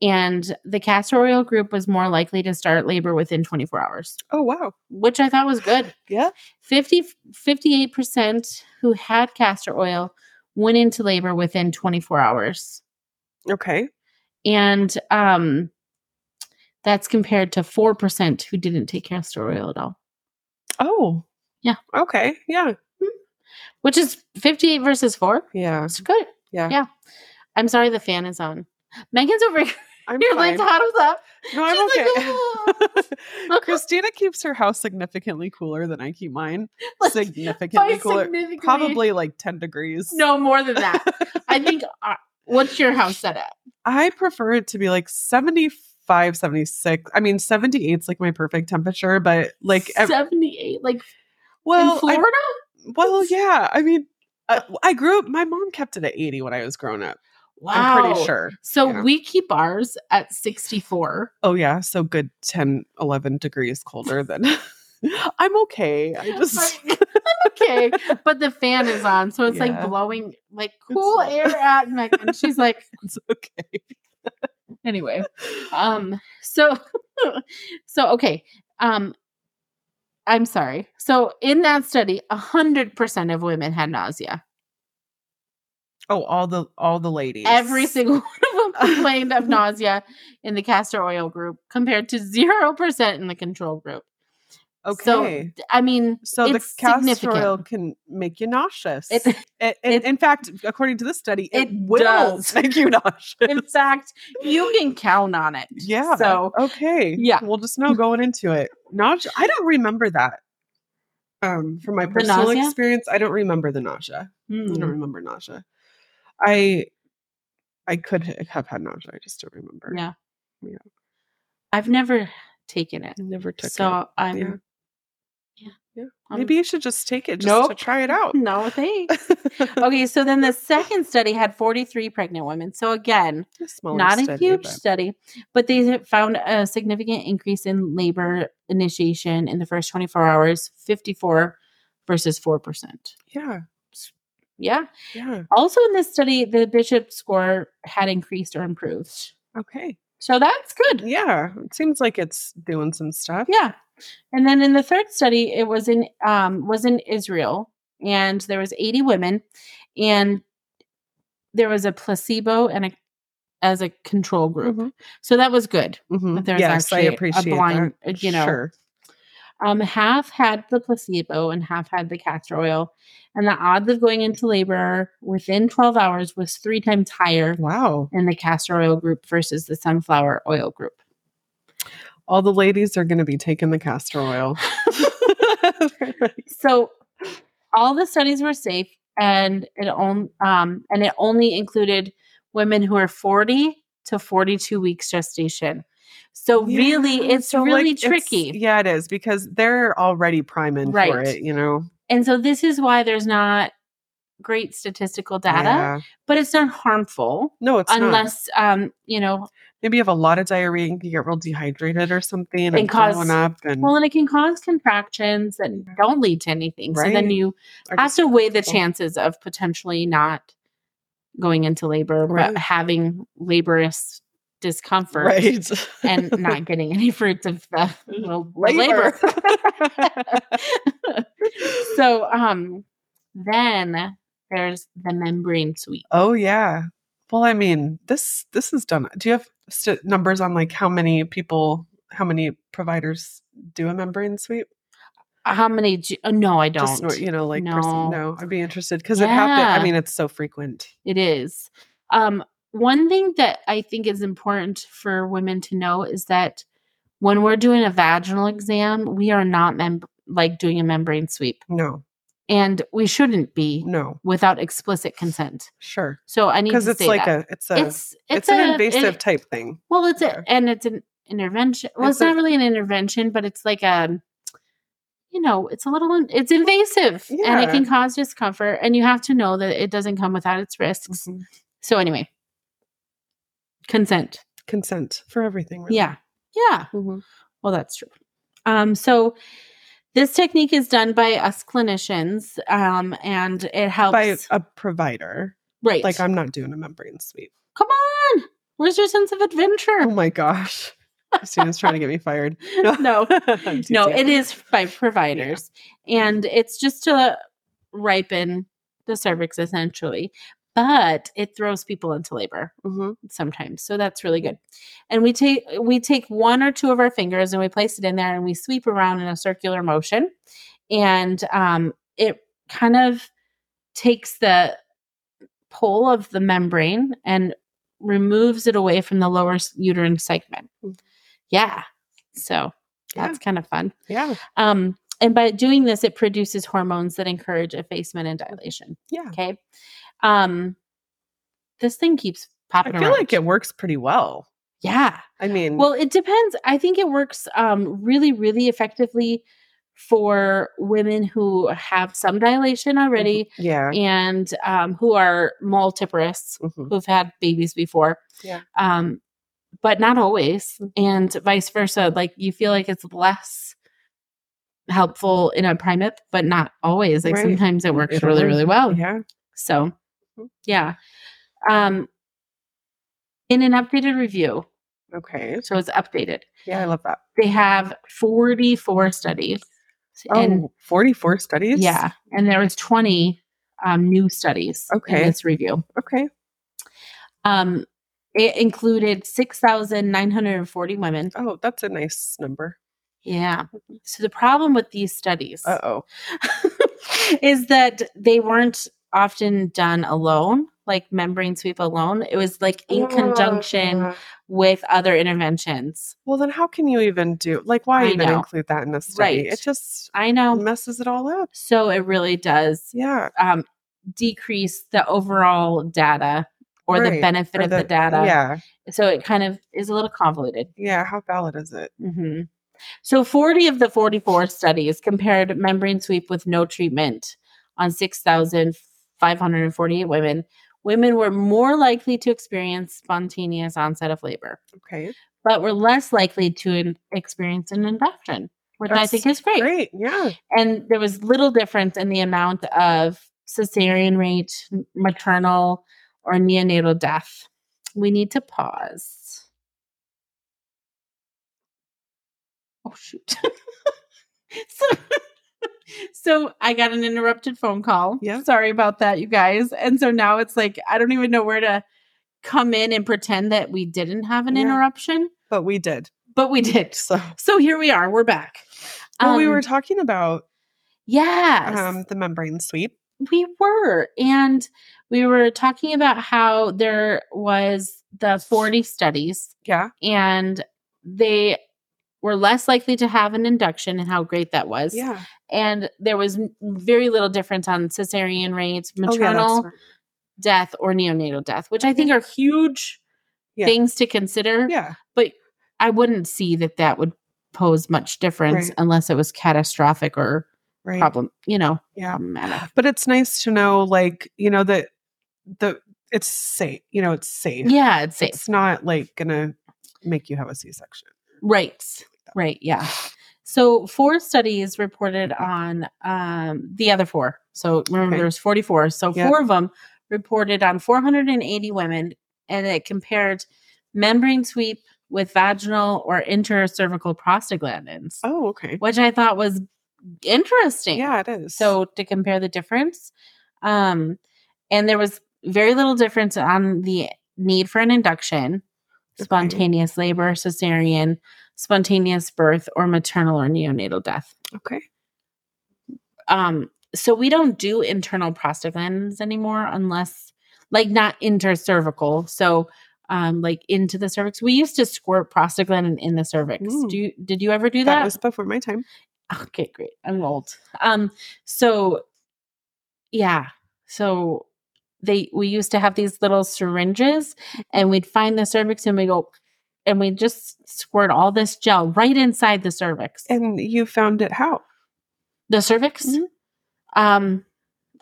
S1: And the castorial group was more likely to start labor within 24 hours,
S3: Oh wow.
S1: which I thought was good.
S3: Yeah.
S1: 50, 58% who had castor oil went into labor within 24 hours.
S3: Okay.
S1: And um, that's compared to 4% who didn't take castor oil at all,
S3: Oh.
S1: Yeah.
S3: Okay. Yeah.
S1: which is 58 versus 4.
S3: Yeah.
S1: It's good.
S3: Yeah.
S1: Yeah. I'm sorry the fan is on. Megan's over here.
S3: I'm
S1: You're
S3: fine.
S1: like bottoms up.
S3: no, I'm
S1: she's like, "Oh,
S3: okay. Christina keeps her house significantly cooler than I keep mine.
S1: Like,
S3: Significantly
S1: by
S3: cooler.
S1: significantly-
S3: Probably like 10 degrees.
S1: No, more than that. I think, uh, what's your house set at?
S3: I prefer it to be like 75, 76. I mean, 78 is like my perfect temperature, but like, ev-
S1: 78. Like, in
S3: well, I-
S1: Florida?
S3: well, yeah. I mean, uh, I grew up, my mom kept it at 80 when I was growing up.
S1: wow.
S3: I'm pretty sure.
S1: So
S3: Yeah.
S1: we keep ours at 64.
S3: Oh, yeah. So good 10, 11 degrees colder than I'm okay. I just,
S1: Like, okay. But the fan is on. So it's
S3: Yeah.
S1: like blowing like cool
S3: not-
S1: air at Megan. She's like,
S3: it's okay.
S1: anyway um so so okay um i'm sorry so in that study 100% of women had nausea
S3: Oh, all the, all the ladies.
S1: every single one of them complained of nausea in the castor oil group compared to 0% in the control group so-
S3: Okay.
S1: i mean
S3: So, the
S1: it's
S3: castor
S1: significant.
S3: oil can make you nauseous.
S1: it,
S3: It, it,
S1: It-
S3: in fact, according to this study,
S1: It
S3: it, will
S1: does.
S3: make you nauseous.
S1: in fact you can count on it
S3: yeah.
S1: so
S3: okay.
S1: Yeah.
S3: We'll just know going into it. Nausea. I don't remember that. Um, from my
S1: The
S3: personal
S1: nausea?
S3: experience, I don't remember the nausea. I don't
S1: mm,
S3: remember nausea. I I could h- have had nausea. I just don't remember.
S1: yeah
S3: Yeah.
S1: i've never taken it
S3: I never took
S1: so
S3: it.
S1: i'm
S3: Yeah. Yeah.
S1: I'm-
S3: Maybe you should just take it just to
S1: Nope. Hmm.
S3: try it out.
S1: no thanks okay, so then the second study had 43 pregnant women. So again,
S3: A smaller
S1: not a
S3: study,
S1: huge
S3: but-
S1: study, but they found a significant increase in labor initiation in the first 24 hours, 54 versus 4%.
S3: Yeah.
S1: Yeah.
S3: Yeah.
S1: Also in this study, the bishop score had increased or improved.
S3: Okay.
S1: So that's good.
S3: Yeah. It seems like it's doing some stuff.
S1: Yeah. And then in the third study, it was in um, was in Israel, and there was 80 women, and there was a placebo and a as a control group.
S3: Mhm.
S1: So that was good.
S3: Mhm.
S1: But there's actually a blind, uh, you know,
S3: Sure.
S1: Um, half had the placebo and half had the castor oil, and the odds of going into labor within 12 hours was three times higher
S3: Wow.
S1: in the castor oil group versus the sunflower oil group.
S3: All the ladies are going to be taking the castor oil.
S1: So all the studies were safe, and it only um, and it only included women who are 40 to 42 weeks gestation. So
S3: Yeah,
S1: really, it's
S3: so, like,
S1: really
S3: it's-
S1: tricky.
S3: yeah, it is because they're already priming for
S1: Right.
S3: it, you know?
S1: And so this is why there's not great statistical data,
S3: Yeah.
S1: but it's not harmful
S3: No, it's not.
S1: unless um, you know,
S3: Maybe you have a lot of diarrhea and you get real dehydrated or something and,
S1: And cause-
S3: throwing up and
S1: well, and it can cause contractions that don't lead to anything. So
S3: Right.
S1: then you
S3: are
S1: have
S3: just-
S1: to weigh the
S3: awful.
S1: chances of potentially not going into labor,
S3: Right.
S1: but having laborious discomfort
S3: right.
S1: and not getting any fruits of the well, labor. so um then there's the membrane sweep.
S3: oh yeah. Well, I mean, this this is done. Do you have st- numbers on like how many people, how many providers do a membrane sweep?
S1: How many? ju- oh, no, I don't.
S3: Just nor- you know, like
S1: No.
S3: person, no, I'd be interested because it happened. I
S1: Yeah.
S3: mean, it's so frequent.
S1: It is. Um, one thing that I think is important for women to know is that when we're doing a vaginal exam, we are not mem- like doing a membrane sweep,
S3: No,
S1: and we shouldn't be
S3: no,
S1: without explicit consent.
S3: sure,
S1: So I need
S3: because
S1: to
S3: it's
S1: say
S3: like
S1: that.
S3: a it's a it's,
S1: it's it's,
S3: an
S1: a-
S3: invasive
S1: it-
S3: type thing.
S1: well, it's
S3: yeah.
S1: a, and it's an intervention. Well,
S3: It's
S1: it's,
S3: a-
S1: not really an intervention, but it's like a you know, it's a little in- it's invasive and
S3: Yeah.
S1: it can cause discomfort and you have to know that it doesn't come without its risks. So anyway, consent.
S3: Consent for everything. Really.
S1: Yeah. Yeah.
S3: Mhm.
S1: Well, that's true. Um, so this technique is done by us clinicians, um, and it helps.
S3: by a provider.
S1: right.
S3: Like I'm not doing a membrane sweep.
S1: Come on. Where's your sense of
S3: Oh
S1: adventure?
S3: my gosh. Christina's trying to get me fired.
S1: No.
S3: I'm
S1: no,
S3: teasing.
S1: it is by providers,
S3: Mm-hmm.
S1: and it's just to ripen the cervix essentially, but it throws people into labor
S3: Mhm.
S1: sometimes, so that's really good. And we take we take one or two of our fingers and we place it in there, and we sweep around in a circular motion, and um, it kind of takes the pull of the membrane and removes it away from the lower s- uterine segment.
S3: Mm.
S1: Yeah, so.
S3: Yeah.
S1: That's kind of fun.
S3: Yeah.
S1: Um, and by doing this, it produces hormones that encourage effacement and dilation.
S3: Yeah.
S1: Okay. Um, this thing keeps
S3: I
S1: popping
S3: feel
S1: around.
S3: like it works pretty well.
S1: yeah.
S3: I mean,
S1: Well, it depends. I think it works um, really, really effectively for women who have some dilation already
S3: yeah.
S1: and um, who are multiparous,
S3: Mhm.
S1: who've had babies before.
S3: Yeah.
S1: Um, but not always,
S3: Mhm.
S1: and vice versa. Like you feel like it's less helpful in a primate, but not always. Like
S3: Right.
S1: sometimes it works
S3: It'll
S1: really,
S3: work.
S1: really well.
S3: Yeah.
S1: So,
S3: Mhm.
S1: yeah. Um, in an updated review,
S3: Okay.
S1: so it's updated.
S3: Yeah, I love that.
S1: They have forty-four studies,
S3: Oh,
S1: and
S3: 44 studies?
S1: yeah, and there was twenty um, new studies
S3: Okay.
S1: in this review.
S3: Okay.
S1: Um, it included 6,940 women.
S3: Oh, that's a nice number.
S1: Yeah. So the problem with these studies
S3: Uh oh.
S1: is that they weren't often done alone, like membrane sweep alone. It was like
S3: Oh,
S1: in conjunction with other interventions.
S3: Well, then how can you even do, like, why
S1: I
S3: even
S1: know.
S3: include that in the study?
S1: Right.
S3: It just
S1: I know.
S3: messes it all up.
S1: So it really does
S3: Yeah.
S1: um, decrease the overall data or the
S3: Right.
S1: benefit
S3: Or
S1: of the, data.
S3: Yeah.
S1: So it kind of is a little convoluted.
S3: Yeah. How valid is it?
S1: hmm So 40 of the 44 studies compared membrane sweep with no treatment on 6,548 women. Women were more likely to experience spontaneous onset of labor,
S3: Okay.
S1: but were less likely to in- experience an induction, which I
S3: That's
S1: think is great.
S3: Great. Yeah.
S1: And there was little difference in the amount of cesarean rate, m- maternal, or neonatal death. We need to pause. Oh, shoot. so, so I got an interrupted phone call.
S3: Yeah.
S1: Sorry about that, you guys. And so now it's like, I don't even know where to come in and pretend that we didn't have an
S3: Yeah.
S1: interruption,
S3: But we did.
S1: but we did.
S3: So,
S1: So here we are. We're back.
S3: well, we
S1: Um,
S3: were talking about
S1: Yes.
S3: um, the membrane sweep.
S1: we were. And we were talking about how there was the 40 studies
S3: Yeah.
S1: and they were less likely to have an induction and how great that was.
S3: Yeah.
S1: And there was n- very little difference on cesarean rates,
S3: Oh, yeah, that's
S1: maternal
S3: right.
S1: death, or neonatal death, which I think are huge
S3: Yeah.
S1: things to consider.
S3: Yeah.
S1: I wouldn't see that that would pose much difference
S3: Right.
S1: unless it was catastrophic or
S3: Right.
S1: problem, you know,
S3: Yeah.
S1: problematic.
S3: But it's nice to know, like, you know, that the it's safe. You know, it's safe.
S1: Yeah, it's safe.
S3: It's not like gonna make you have a C section.
S1: Right. Right. Yeah. So four studies reported on um, the other four. So remember,
S3: Okay.
S1: there's 44. So
S3: Yeah.
S1: four of them reported on 480 women, and it compared membrane sweep with vaginal or intercervical prostaglandins,
S3: Oh, okay.
S1: which I thought was interesting.
S3: Yeah, it is.
S1: So to compare the difference, um, and there was very little difference on the need for an induction,
S3: Okay.
S1: spontaneous labor, cesarean, spontaneous birth, or maternal or neonatal death.
S3: okay.
S1: Um, so we don't do internal prostaglandins anymore unless, like, not intercervical. So. Um, like into the cervix. We used to squirt prostaglandin in the cervix.
S3: Ooh.
S1: Do you, did you ever do
S3: That,
S1: that?
S3: was before my time.
S1: Okay, great. I'm old. Um, so yeah, so they we used to have these little syringes, and we'd find the cervix, and we go, and we just squirt all this gel right inside the cervix.
S3: And you found it how?
S1: the cervix.
S3: Mhm.
S1: Um,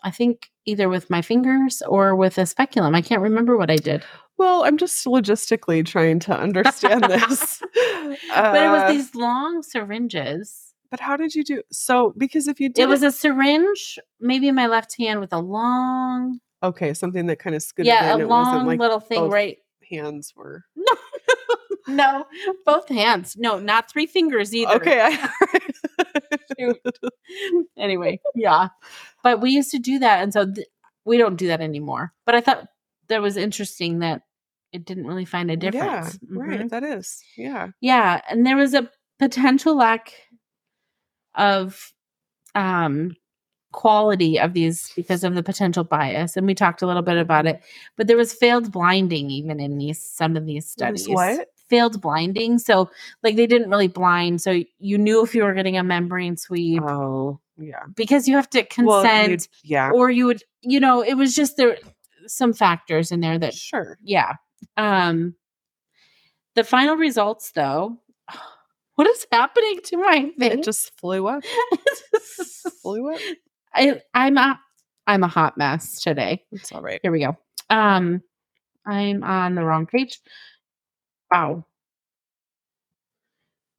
S1: I think either with my fingers or with a speculum. I can't remember what I did,
S3: Well, I'm just logistically trying to understand this.
S1: but it
S3: Uh,
S1: was these long syringes.
S3: But how did you do? So because if you did,
S1: It was a syringe, maybe in my left hand, with a long,
S3: okay. Something that kind of scooted
S1: yeah,
S3: in.
S1: a
S3: it wasn't
S1: long
S3: like oh,
S1: little thing
S3: both
S1: right
S3: hands were
S1: No, both hands. No, not three fingers either.
S3: okay. I,
S1: Anyway, yeah. But we used to do that. And so th- we don't do that anymore. But I thought that was interesting that it didn't really find a difference.
S3: Yeah,
S1: Mhm.
S3: right. That is. Yeah.
S1: Yeah. And there was a potential lack of um, quality of these because of the potential bias. And we talked a little bit about
S3: Mm-hmm.
S1: it. But there was failed blinding even in these some of these
S3: There was
S1: studies.
S3: what?
S1: Failed blinding. So like they didn't really blind. So you knew if you were getting a membrane sweep
S3: Oh, yeah.
S1: because you have to
S3: Well, you'd-
S1: consent
S3: yeah.
S1: or you would you know, it was just there some factors in there that
S3: Sure.
S1: yeah. Um the final results though. What is happening to my thing?
S3: It just flew up. Flew up.
S1: I I'm a I'm a hot mess today.
S3: It's all right.
S1: Here we go. Um I'm on the wrong page. Wow.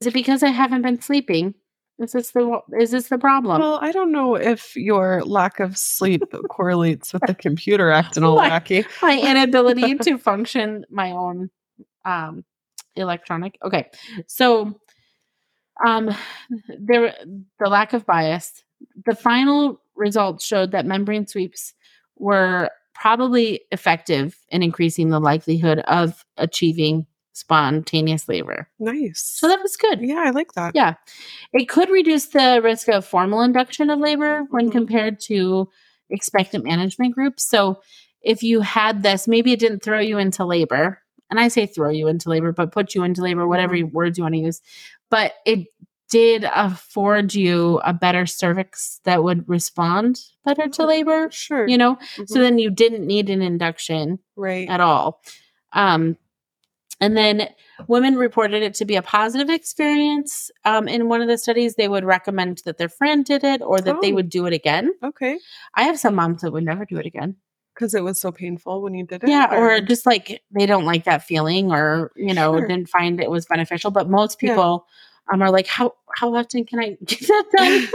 S1: Is it because I haven't been sleeping? Is this the is this the problem?
S3: Well, I don't know if your lack of sleep correlates with the computer acting all
S1: Like-
S3: wacky.
S1: my inability to function my own um electronic okay so um there the lack of bias the final results showed that membrane sweeps were probably effective in increasing the likelihood of achieving spontaneous labor
S3: Nice.
S1: so that was good
S3: yeah, I like that.
S1: Yeah. it could reduce the risk of formal induction of labor when
S3: Mhm.
S1: compared to expectant management groups. So, if you had this, maybe it didn't throw you into labor. And I say throw you into labor, but put you into labor, whatever words you want to use. But it did afford you a better cervix that would respond better to labor,
S3: Sure.
S1: you know? So
S3: Mhm.
S1: then you didn't need an induction
S3: right.
S1: at all. Um, and then women reported it to be a positive experience. Um, in one of the studies, they would recommend that their friend did it or that they
S3: Oh.
S1: would do it again.
S3: Okay.
S1: I have some moms that would never do it again.
S3: Because it was so painful when you did it.
S1: Yeah, or just like they don't like that feeling or, you know,
S3: Sure.
S1: didn't find it was beneficial. But most
S3: Yeah.
S1: people um, are like, how, how often can I get that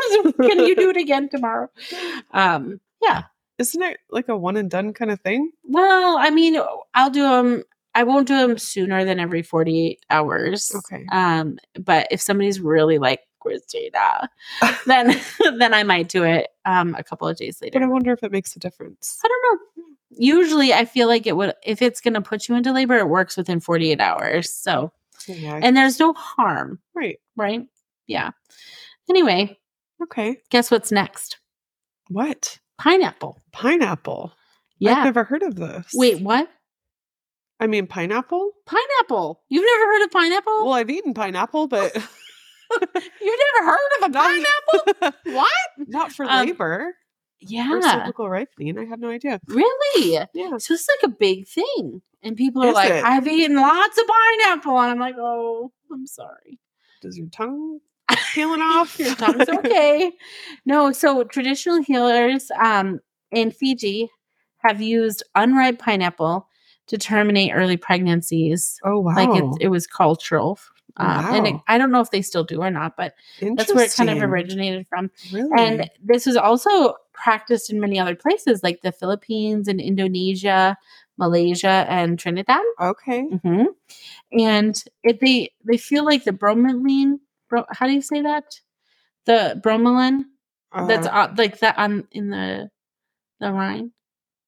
S1: done? can you do it again tomorrow? Um, yeah.
S3: isn't it like a one and done kind of thing?
S1: Well, I mean, I'll do them. I won't do them sooner than every 48 hours.
S3: Okay.
S1: Um, but if somebody's really like Christina, then then I might do it um a couple of days later.
S3: But I wonder if it makes a difference.
S1: I don't know. Usually I feel like it would if it's gonna put you into labor, it works within 48 hours. So
S3: Yeah.
S1: and there's no harm,
S3: right.
S1: right? Yeah. Anyway,
S3: Okay.
S1: guess what's next?
S3: What?
S1: Pineapple.
S3: Pineapple. I've
S1: Yeah.
S3: never heard of this.
S1: Wait, what?
S3: I mean pineapple?
S1: Pineapple. You've never heard of pineapple?
S3: Well, I've eaten pineapple, but
S1: You've never heard of a
S3: Not-
S1: pineapple? What?
S3: not for
S1: Um,
S3: labor or
S1: Yeah.
S3: cervical ripening. I have no idea.
S1: Really?
S3: Yeah.
S1: So it's like a big thing. And people are
S3: Is
S1: like,
S3: it?
S1: I've eaten lots of pineapple. And I'm like, oh, I'm sorry.
S3: Does your tongue peeling off?
S1: Your tongue's okay. No, so traditional healers um, in Fiji have used unripe pineapple to terminate early pregnancies.
S3: Oh wow.
S1: Like it, it was cultural. Um, And it,
S3: Wow.
S1: I don't know if they still do or not, but that's where it kind of
S3: Interesting.
S1: originated from.
S3: Really?
S1: And this is also practiced in many other places like the Philippines and Indonesia, Malaysia, and Trinidad.
S3: okay.
S1: Mhm. And it, they they feel like the bromelain, bro, how do you say that? The bromelain that's
S3: Uh,
S1: uh, like that on in the the Rhine.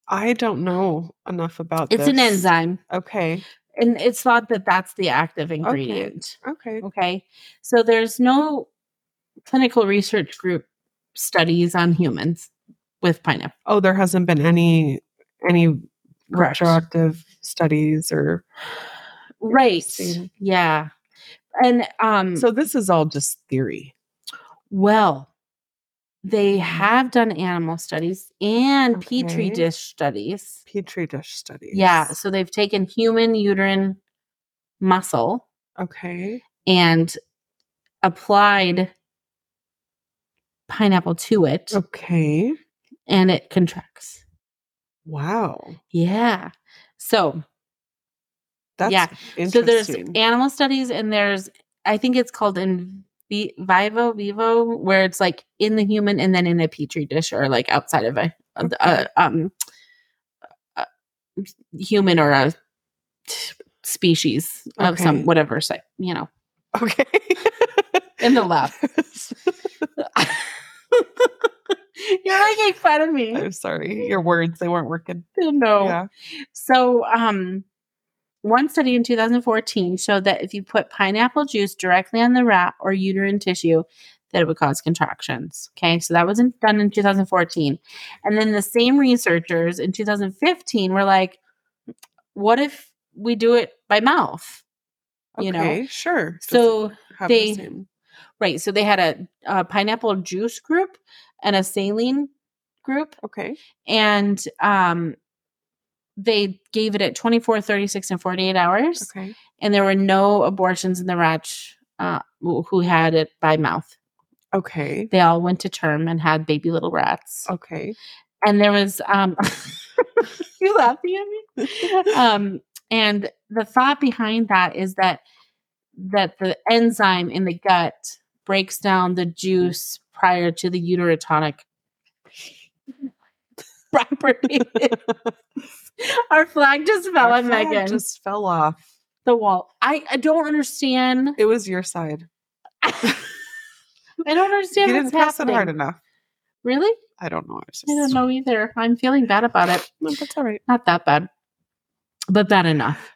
S3: I don't know enough about
S1: It's an
S3: this.
S1: enzyme,
S3: Okay.
S1: and it's thought that that's the active ingredient.
S3: Okay.
S1: Okay, so there's no clinical research group studies on humans with pineapple.
S3: Oh, there hasn't been any any
S1: Correct.
S3: retroactive studies or
S1: right
S3: Interesting.
S1: yeah and um
S3: so this is all just theory.
S1: well they have done animal studies and petri
S3: Mm-hmm. Okay.
S1: dish studies
S3: Petri dish studies.
S1: yeah so they've taken human uterine muscle
S3: Okay.
S1: and applied pineapple to it
S3: Oh. Okay.
S1: and it contracts
S3: Wow.
S1: yeah so
S3: That's
S1: Yeah. so there's
S3: interesting.
S1: animal studies and there's i think it's called in vi- vivo vivo where it's like in the human and then in a petri dish or like outside of a, a, a, um a human or a t- species of some
S3: Okay.
S1: whatever site, you know,
S3: Okay.
S1: in the lab. You're making fun of me.
S3: I'm sorry. Your words, they weren't working.
S1: No.
S3: Yeah.
S1: So, um, one study in 2014 showed that if you put pineapple juice directly on the rat or uterine tissue, that it would cause contractions. Okay, so that wasn't done in 2014. And then the same researchers in 2015 were like, what if we do it by mouth?
S3: Okay,
S1: You know.
S3: sure.
S1: So,
S3: Doesn't have
S1: they-
S3: same-
S1: right, so they had a, a pineapple juice group and a saline group,
S3: Okay.
S1: and um, they gave it at 24, 36, and 48 hours.
S3: Okay.
S1: and there were no abortions in the ratch uh, who who had it by mouth.
S3: Okay.
S1: They all went to term and had baby little rats.
S3: Okay.
S1: And there was um, you laughing at me. Um, and the thought behind that is that that the enzyme in the gut breaks down the juice prior to the uterotonic property. Our flag just fell
S3: Our
S1: on
S3: flag
S1: Megan.
S3: just fell off.
S1: the wall. I, I don't understand.
S3: It was your side.
S1: I don't understand
S3: you
S1: what's
S3: didn't pass
S1: happening.
S3: it hard enough.
S1: Really?
S3: I don't know. It's
S1: I don't
S3: just-
S1: know either. I'm feeling bad about it.
S3: No, that's all right.
S1: Not that bad, but bad enough.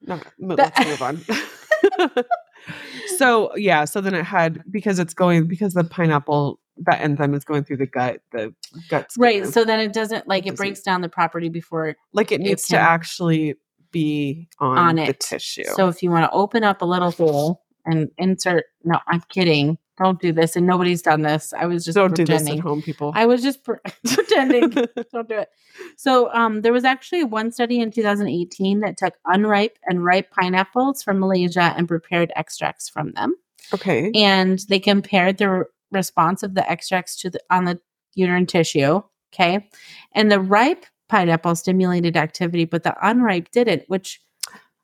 S3: No, mo-
S1: But-
S3: let's move on. so yeah, so then it had because it's going because the pineapple that enzyme is going through the gut, the gut's
S1: Right.
S3: gonna-
S1: So then it doesn't like
S3: It
S1: it
S3: doesn't-
S1: breaks down the property before.
S3: like it needs to
S1: can-
S3: actually be on,
S1: On
S3: the
S1: it.
S3: tissue.
S1: So if you want to open up a little hole and insert, no, I'm kidding. Don't do this. And nobody's done this. I was just
S3: don't do
S1: pretending.
S3: this at home, people.
S1: I was just pre- pretending. don't do it. So um, there was actually one study in 2018 that took unripe and ripe pineapples from Malaysia and prepared extracts from them.
S3: okay.
S1: and they compared the re- response of the extracts to the on the uterine tissue. Okay, and the ripe pineapple stimulated activity, but the unripe didn't, which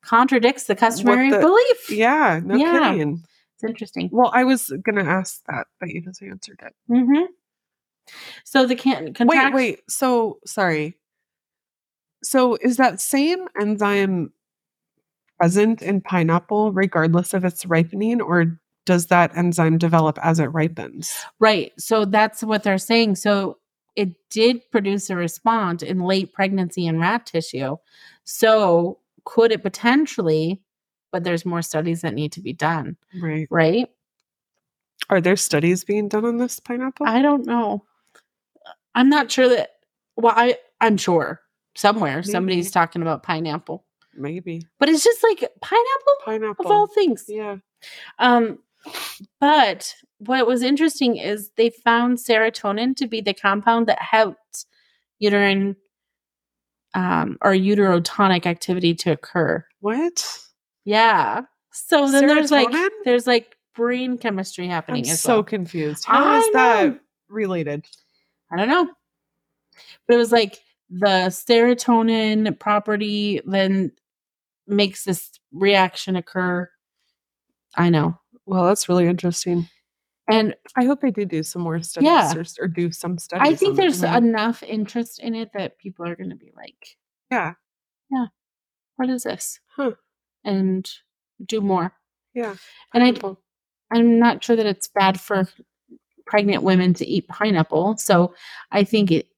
S1: contradicts the customary
S3: the-
S1: belief.
S3: Yeah, no
S1: Yeah.
S3: kidding.
S1: It's interesting.
S3: Well, I was gonna ask that, but you just answered it.
S1: hmm So the can
S3: Wait,
S1: contract-
S3: wait. So sorry. So is that same enzyme present in pineapple regardless of its ripening, or does that enzyme develop as it ripens?
S1: right. So that's what they're saying. So it did produce a response in late pregnancy in rat tissue. So could it potentially? But there's more studies that need to be done,
S3: Right.
S1: right?
S3: Are there studies being done on this pineapple?
S1: I don't know. I'm not sure that. Well, I I'm sure somewhere somebody's
S3: Maybe.
S1: talking about pineapple,
S3: Maybe
S1: but it's just like pineapple
S3: pineapple.
S1: of all things.
S3: yeah.
S1: Um, but what was interesting is they found serotonin to be the compound that helped uterine um, or uterotonic activity to occur.
S3: What?
S1: Yeah. So then there's like
S3: Serotonin?
S1: there's like brain chemistry happening.
S3: I'm
S1: as
S3: so
S1: well.
S3: confused. How is
S1: I
S3: that
S1: know.
S3: related?
S1: I don't know. But it was like the serotonin property then makes this reaction occur. I know.
S3: Well, that's really interesting.
S1: And
S3: I hope they do do some more studies
S1: Yeah.
S3: or, or do some studies.
S1: I think
S3: on it.
S1: there's
S3: Right.
S1: enough interest in it that people are going to be like,
S3: Yeah.
S1: Yeah. What is this?
S3: Huh.
S1: And do more.
S3: Yeah.
S1: And I
S3: Pineapple.
S1: I'm not sure that it's bad for pregnant women to eat pineapple. So I think it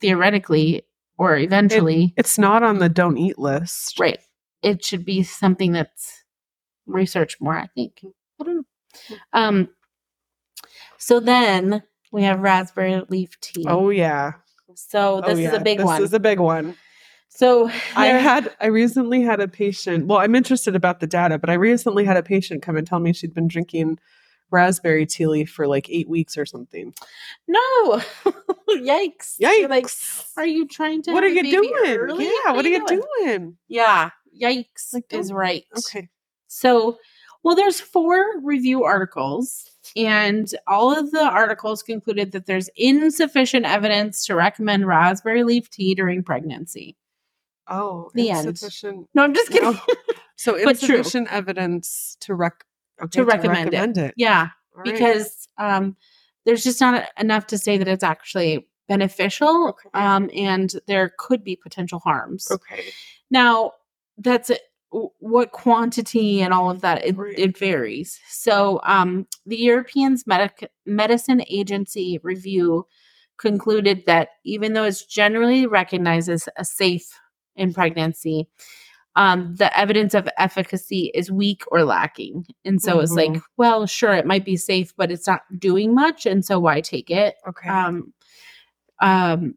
S1: theoretically or eventually
S3: It's not on the don't eat list.
S1: Right. It should be something that's researched more, I think. I don't know. Um, so then we have raspberry leaf tea.
S3: Oh yeah.
S1: so
S3: Oh,
S1: this is
S3: yeah.
S1: a big
S3: this
S1: one.
S3: is a big one.
S1: so
S3: I
S1: there-
S3: had I recently had a patient. Well, I'm interested about the data, but I recently had a patient come and tell me she'd been drinking raspberry tea leaf for like eight weeks or something.
S1: no, yikes! You're
S3: Yikes!
S1: like, are you trying to?
S3: what are
S1: have a
S3: you
S1: baby
S3: doing?
S1: early?
S3: Yeah, what are you doing?
S1: Yeah, yikes
S3: Like,
S1: is
S3: don't-
S1: right.
S3: Okay.
S1: So, well, there's four review articles, and all of the articles concluded that there's insufficient evidence to recommend raspberry leaf tea during pregnancy.
S3: Oh,
S1: The end.
S3: insufficient.
S1: No, I'm just kidding.
S3: No. Oh, So
S1: But true.
S3: insufficient evidence to rec okay,
S1: recommend it. Yeah,
S3: All right.
S1: because um, there's just not e-, enough to say that it's actually beneficial,
S3: Okay.
S1: um, and there could be potential harms.
S3: okay.
S1: Now, that's it. W- What quantity and all of that it,
S3: Right.
S1: it varies. So, um, the European's Medic- Medicine Agency review concluded that even though it's generally recognized as a safe in pregnancy, um, the evidence of efficacy is weak or lacking. And so it's like, well, sure, it might be safe, but it's not doing much. And so why take it?
S3: Okay.
S1: um, um,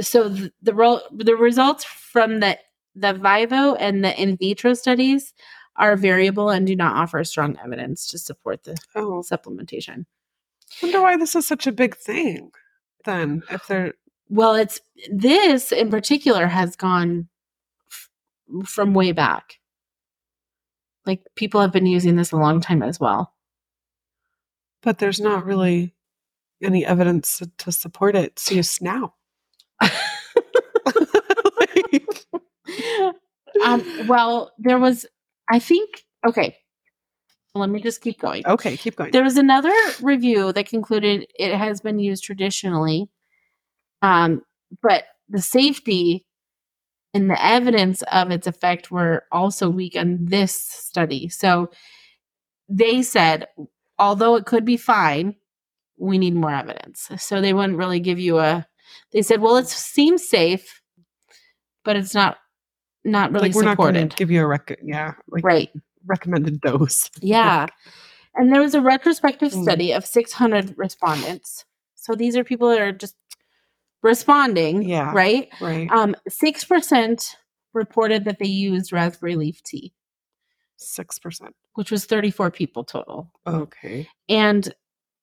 S1: so th- the ro- the results from the the vivo and the in vitro studies are variable and do not offer strong evidence to support the
S3: oh,
S1: supplementation.
S3: wonder why this is such a big thing. Then, if they're
S1: Well, it's this in particular has gone f- from way back. Like people have been using this a long time as well.
S3: but there's not really any evidence to- to support its use now. Like-
S1: um, well, there was, I think, okay. Let me just keep going.
S3: okay, keep going.
S1: There was another review that concluded it has been used traditionally, um, but the safety and the evidence of its effect were also weak on this study. So they said, although it could be fine, we need more evidence. So they wouldn't really give you a. They said, well, it seems safe, but it's not not really
S3: like we're not going
S1: supported.
S3: to give you a rec- yeah, like
S1: right.
S3: recommended dose.
S1: Yeah. And there was a retrospective
S3: Mm.
S1: study of 600 respondents. So these are people that are just responding,
S3: Yeah.
S1: right?
S3: Right.
S1: Um, 6% reported that they used raspberry leaf tea,
S3: Six percent.
S1: which was 34 people total.
S3: Okay.
S1: And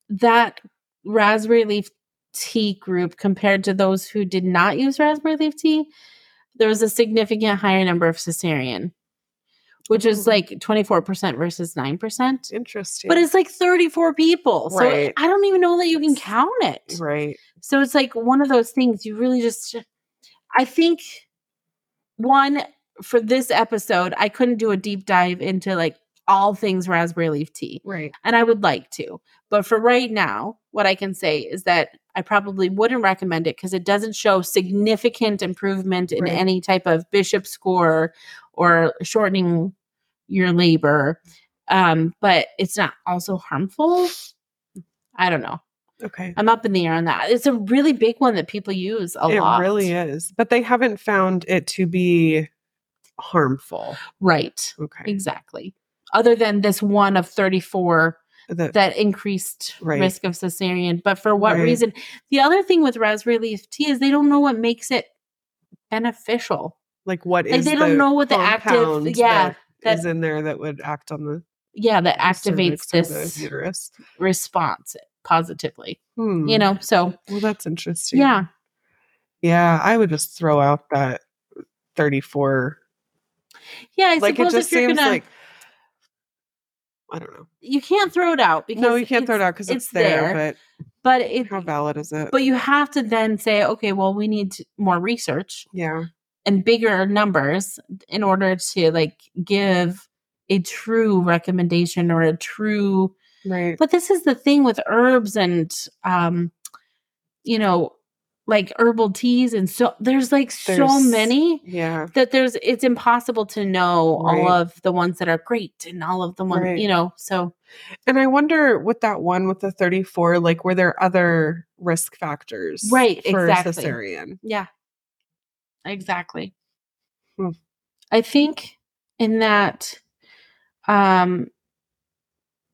S1: that raspberry leaf tea group compared to those who did not use raspberry leaf tea, there was a significant higher number of cesarean, which is
S3: Ooh.
S1: like 24% versus 9%.
S3: Interesting.
S1: But it's like 34 people. So
S3: Right.
S1: I don't even know that you can count it.
S3: right.
S1: So it's like one of those things you really just, I think, one, for this episode, I couldn't do a deep dive into like all things raspberry leaf tea.
S3: Right.
S1: And I would like to. But for right now, what I can say is that I probably wouldn't recommend it because it doesn't show significant improvement in
S3: Right.
S1: any type of bishop score or shortening your labor. Um, but it's not also harmful. I don't know.
S3: Okay.
S1: I'm up in the air on that. It's a really big one that people use a
S3: it
S1: lot.
S3: really is, but they haven't found it to be harmful.
S1: Right.
S3: Okay.
S1: Exactly. Other than this one of 34
S3: That,
S1: that increased
S3: Right.
S1: risk of cesarean. But for what
S3: Right.
S1: reason? The other thing with raspberry leaf tea is they don't know what makes it beneficial.
S3: like what is
S1: Like, they don't
S3: the
S1: know what the active-
S3: compound
S1: yeah,
S3: that
S1: that-
S3: is in there that would act on the
S1: Yeah, that activates
S3: cervix or the
S1: this
S3: uterus.
S1: response positively.
S3: Hmm.
S1: You know, so
S3: Well, that's interesting.
S1: yeah,
S3: Yeah, I would just throw out that 34.
S1: yeah. I
S3: like it
S1: suppose
S3: just
S1: if you're
S3: seems
S1: gonna,
S3: like I don't know.
S1: you can't throw it out because
S3: No, you can't throw it
S1: it's-
S3: out because it's, there,
S1: But
S3: but
S1: it,
S3: how valid is it?
S1: but you have to then say, okay, well, we need to- more research
S3: yeah.
S1: and bigger numbers in order to like give a true recommendation or a true
S3: Right.
S1: But this is the thing with herbs and um you know like herbal teas and so there's like so
S3: There's-
S1: many
S3: yeah.
S1: that there's it's impossible to know all
S3: Right.
S1: of the ones that are great and all of the ones
S3: Right.
S1: you know so
S3: And I wonder with that one with the 34, like were there other risk factors
S1: Right,
S3: for
S1: exactly.
S3: cesarean?
S1: yeah exactly
S3: Hmm.
S1: i think in that um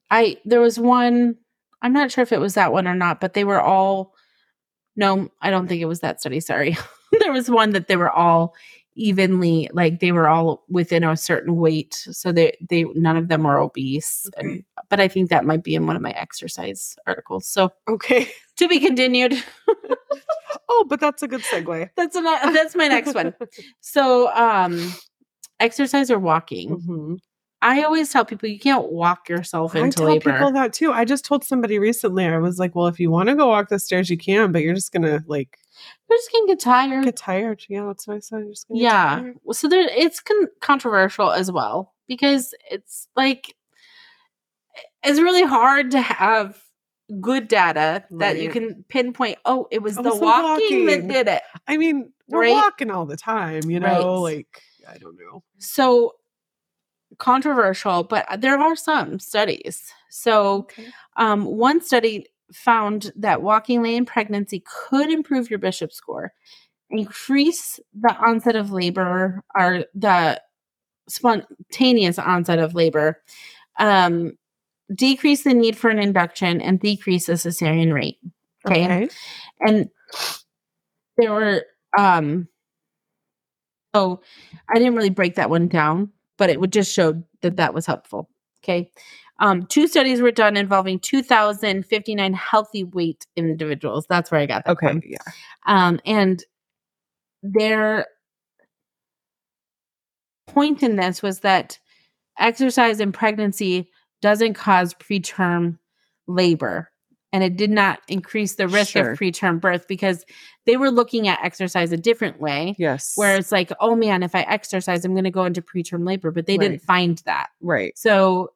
S1: i there was one i'm not sure if it was that one or not but they were all no i don't think it was that study sorry there was one that they were all evenly like they were all within a certain weight so they they none of them were obese and,
S3: Okay.
S1: but i think that might be in one of my exercise articles so
S3: Okay.
S1: to be continued
S3: Oh, but that's a good segue.
S1: that's an, that's my next one so um exercise or walking
S3: Mhm.
S1: I always tell people you can't walk yourself
S3: I
S1: into
S3: tell
S1: labor.
S3: people that too. I just told somebody recently, I was like, well, if you want to go walk the stairs, you can, but you're just going to like
S1: You're just gonna get tired.
S3: get tired. Yeah, that's what I said. You're just gonna get
S1: Mm. yeah.
S3: tired.
S1: Well, So there, it's con- controversial as well because it's like it's really hard to have good data that you
S3: Right.
S1: can pinpoint. Oh, it was
S3: It
S1: the
S3: was the
S1: walking, that
S3: walking.
S1: did it.
S3: I mean, we're
S1: Right.
S3: walking all the time, you
S1: Right.
S3: know, like I don't know.
S1: So controversial, but there are some studies. So um, one study found that walking late in pregnancy could improve your bishop score, increase the onset of labor or the spontaneous onset of labor, um, decrease the need for an induction, and decrease the cesarean rate. Okay. And there were, um, so I didn't really break that one down, but it would just show that that was helpful. Okay. Um, two studies were done involving 2,059 healthy weight individuals. That's where I got that.
S3: Okay.
S1: from.
S3: Yeah.
S1: Um, and their point in this was that exercise in pregnancy doesn't cause preterm labor and it did not increase the risk
S3: Sure.
S1: of preterm birth because they were looking at exercise a different way
S3: Yes.
S1: where it's like oh man if i exercise i'm going to go into preterm labor but they didn't
S3: Right.
S1: find that
S3: right,
S1: so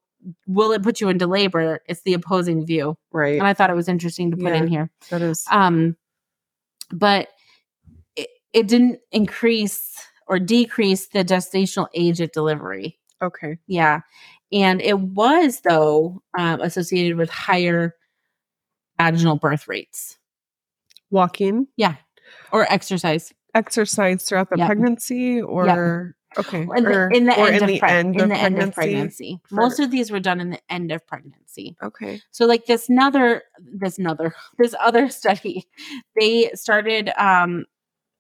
S1: will it put you into labor it's the opposing view
S3: right.
S1: and i thought it was interesting to put in
S3: Yeah.
S1: here
S3: that is
S1: um but it, it didn't increase or decrease the gestational age of delivery
S3: okay.
S1: yeah and it was though um, associated with higher vaginal birth rates
S3: Walking,
S1: or exercise
S3: exercise throughout the
S1: Yeah.
S3: pregnancy, or okay,
S1: in
S3: or-
S1: the, in the,
S3: or
S1: end,
S3: in
S1: of
S3: the
S1: preg-
S3: end
S1: in
S3: of
S1: the end of
S3: pregnancy
S1: pregnancy
S3: for-
S1: most of these were done in the end of pregnancy
S3: okay,
S1: So like this another this another this other study, they started um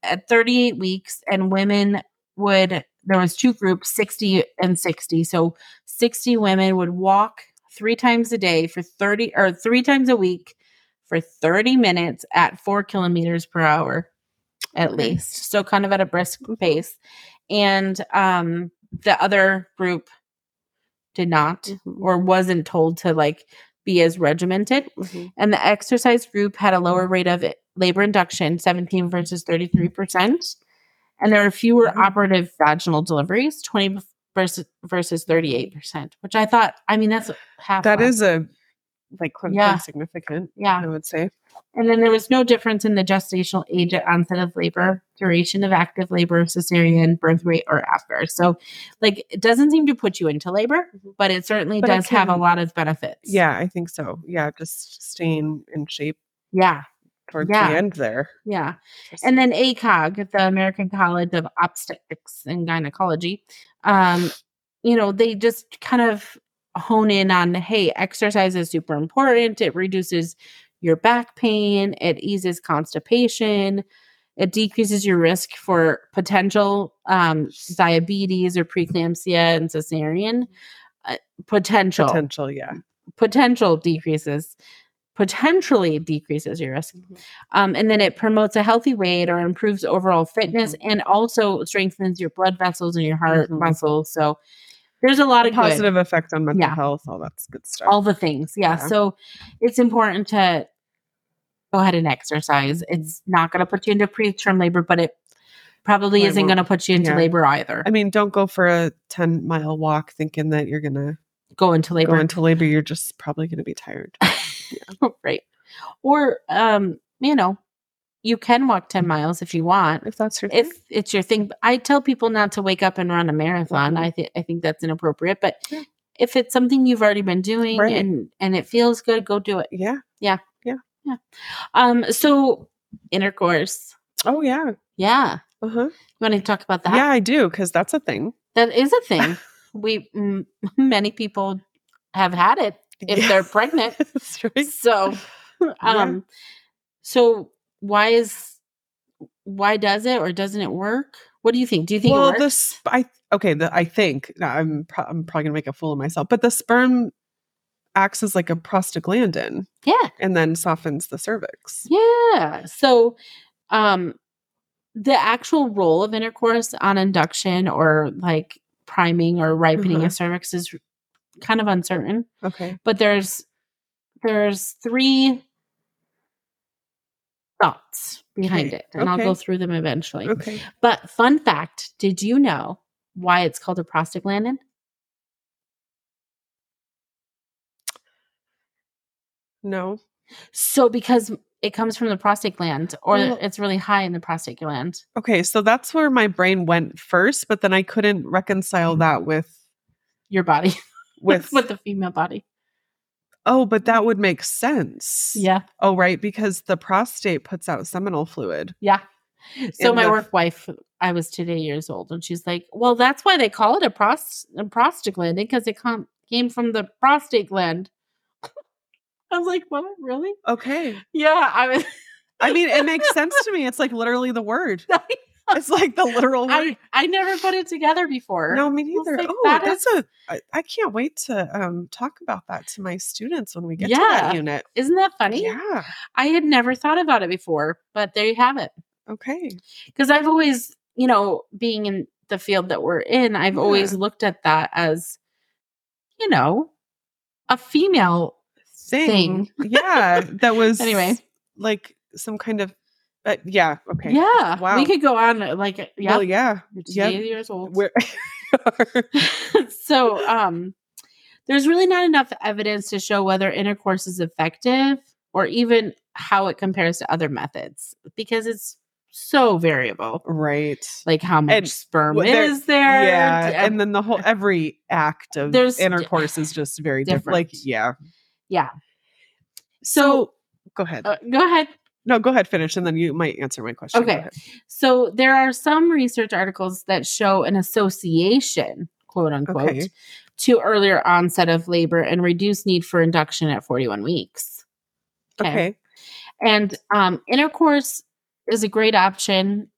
S1: at 38 weeks and women would there was two groups 60 and 60. So 60 women would walk 3 times a day for 30 or 3 times a week for 30 minutes at 4 kilometers per hour at
S3: Okay.
S1: least. So kind of at a brisk pace. And um the other group did not
S3: Mhm.
S1: or wasn't told to like be as regimented.
S3: Mhm.
S1: And the exercise group had a
S3: Mm.
S1: lower rate of it- labor induction, 17 versus 33%. And there were fewer
S3: Mhm.
S1: operative vaginal deliveries, 20 versus, versus 38%, which I thought, I mean, that's half.
S3: that
S1: less.
S3: is a like clinically
S1: Yeah.
S3: significant.
S1: Yeah.
S3: I would say
S1: And then there was no difference in the gestational age at onset of labor, duration of active labor, cesarean, birth rate, or after. So, like, it doesn't seem to put you into labor, but it certainly
S3: Mm-hmm. But it
S1: does have a
S3: can-
S1: lot of benefits.
S3: Yeah, I think so. Yeah, just staying in shape
S1: Yeah.
S3: towards
S1: Yeah.
S3: the end there.
S1: Yeah. And then ACOG, the American College of Obstetrics and Gynecology, um, you know, they just kind of hone in on hey, exercise is super important. It reduces your back pain, it eases constipation, it decreases your risk for potential um, diabetes or preeclampsia and cesarean. Uh, potential,
S3: potential, yeah.
S1: potential decreases, potentially decreases your risk um, and then it promotes a healthy weight or improves overall fitness
S3: Mm-hmm.
S1: and also strengthens your blood vessels and your heart
S3: Mhm.
S1: muscles so there's a lot
S3: A
S1: of positive
S3: positive effect on mental
S1: Yeah.
S3: health, all that's good stuff.
S1: all the things yeah,
S3: Yeah.
S1: so it's important to go ahead and exercise it's not going to put you into preterm labor but it probably
S3: Probably
S1: isn't
S3: won't.
S1: going to put you into
S3: Yeah.
S1: labor either
S3: I mean, don't go for a 10 mile walk thinking that you're going to
S1: go into labor
S3: go into labor. You're just probably going to be tired.
S1: right or um you know you can walk
S3: Mm-hmm.
S1: 10 miles if you want
S3: If that's your thing.
S1: if it's your thing i tell people not to wake up and run a marathon
S3: Mhm.
S1: i think i think that's inappropriate but
S3: Yeah.
S1: if it's something you've already been doing
S3: Right.
S1: and and it feels good go do it
S3: Yeah.
S1: um so intercourse
S3: Oh, yeah.
S1: yeah
S3: Uh huh.
S1: you want to talk about that
S3: Yeah, I do, because that's a thing.
S1: that is a thing we m- many people have had it if
S3: Yeah.
S1: they're pregnant
S3: That's right.
S1: so um so why is why does it or doesn't it work what do you think do you think it
S3: well,
S1: works?
S3: this I okay. The, I think now I'm pro- I'm probably gonna make a fool of myself, but the sperm acts as like a prostaglandin
S1: yeah
S3: and then softens the cervix.
S1: Yeah. So, um, the actual role of intercourse on induction or like priming or ripening
S3: Uh-huh.
S1: a cervix is kind of uncertain,
S3: Okay.
S1: but there's there's three thoughts behind
S3: Okay.
S1: it, and I'll go
S3: Okay.
S1: through them eventually.
S3: Okay.
S1: But fun fact: Did you know why it's called a prostaglandin?
S3: No.
S1: So because it comes from the prostate gland or
S3: Well-
S1: it's really high in the prostate gland.
S3: Okay, so that's where my brain went first, but then I couldn't reconcile that with
S1: Your body
S3: with,
S1: with the female body.
S3: oh, but that would make sense.
S1: Yeah.
S3: Oh, right, because the prostate puts out seminal fluid.
S1: Yeah. So
S3: In
S1: my
S3: the-
S1: work wife, I was today years old, and she's like, "Well, that's why they call it a, prost- a prostaglandin because it com- came from the prostate gland." I was like, "What? Really?
S3: Okay.
S1: Yeah." I was.
S3: I mean, it makes sense to me. It's like literally the word. It's like the literal word.
S1: I I never put it together before.
S3: No, me
S1: It's
S3: neither.
S1: like
S3: oh,
S1: that
S3: that's a. I, I can't wait to um, talk about that to my students when we get to
S1: Yeah.
S3: that unit.
S1: Isn't that funny?
S3: Yeah.
S1: I had never thought about it before, but there you have it.
S3: Okay.
S1: Because I've always, you know, being in the field that we're in, I've always looked at that as, you know, a female
S3: Thing. Yeah. That was
S1: Anyway.
S3: Like some kind of. Uh, yeah. Okay.
S1: Yeah.
S3: Wow.
S1: We could go on uh, like uh, yeah.
S3: Well, yeah.
S1: You're
S3: yeah.
S1: 28 years old.
S3: We're
S1: so um there's really not enough evidence to show whether intercourse is effective or even how it compares to other methods because it's so variable.
S3: right.
S1: Like how much
S3: And
S1: sperm
S3: what- there-
S1: is there?
S3: yeah.
S1: d-
S3: And then the whole every act of
S1: There's d-
S3: intercourse is just very different. Like
S1: different.
S3: yeah.
S1: yeah. So
S3: Go ahead.
S1: uh, go ahead.
S3: no, go ahead. Finish, and then you might answer my question. Go
S1: Okay.
S3: ahead.
S1: So there are some research articles that show an association, quote unquote,
S3: Okay.
S1: to earlier onset of labor and reduced need for induction at 41 weeks.
S3: Okay.
S1: And um, intercourse is a great option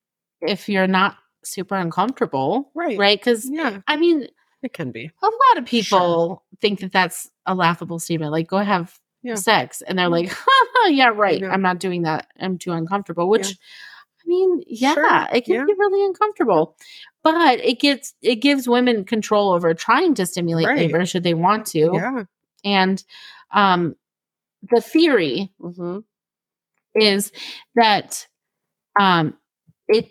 S1: if you're not super uncomfortable,
S3: Right.
S1: right? Because
S3: Yeah.
S1: I mean,
S3: It can be.
S1: a lot of people think that that's a laughable statement. Like, go have
S3: Yeah.
S1: sex, and they're
S3: Mm.
S1: like, "Yeah, right.
S3: know.
S1: I'm not doing that. I'm too uncomfortable." Which, I mean, yeah,
S3: Sure,
S1: it can
S3: yeah.
S1: be really uncomfortable, but it gets it gives women control over trying to stimulate
S3: Right.
S1: labor should they want to,
S3: Yeah.
S1: and um, the theory
S3: Mm-hmm.
S1: is that um, it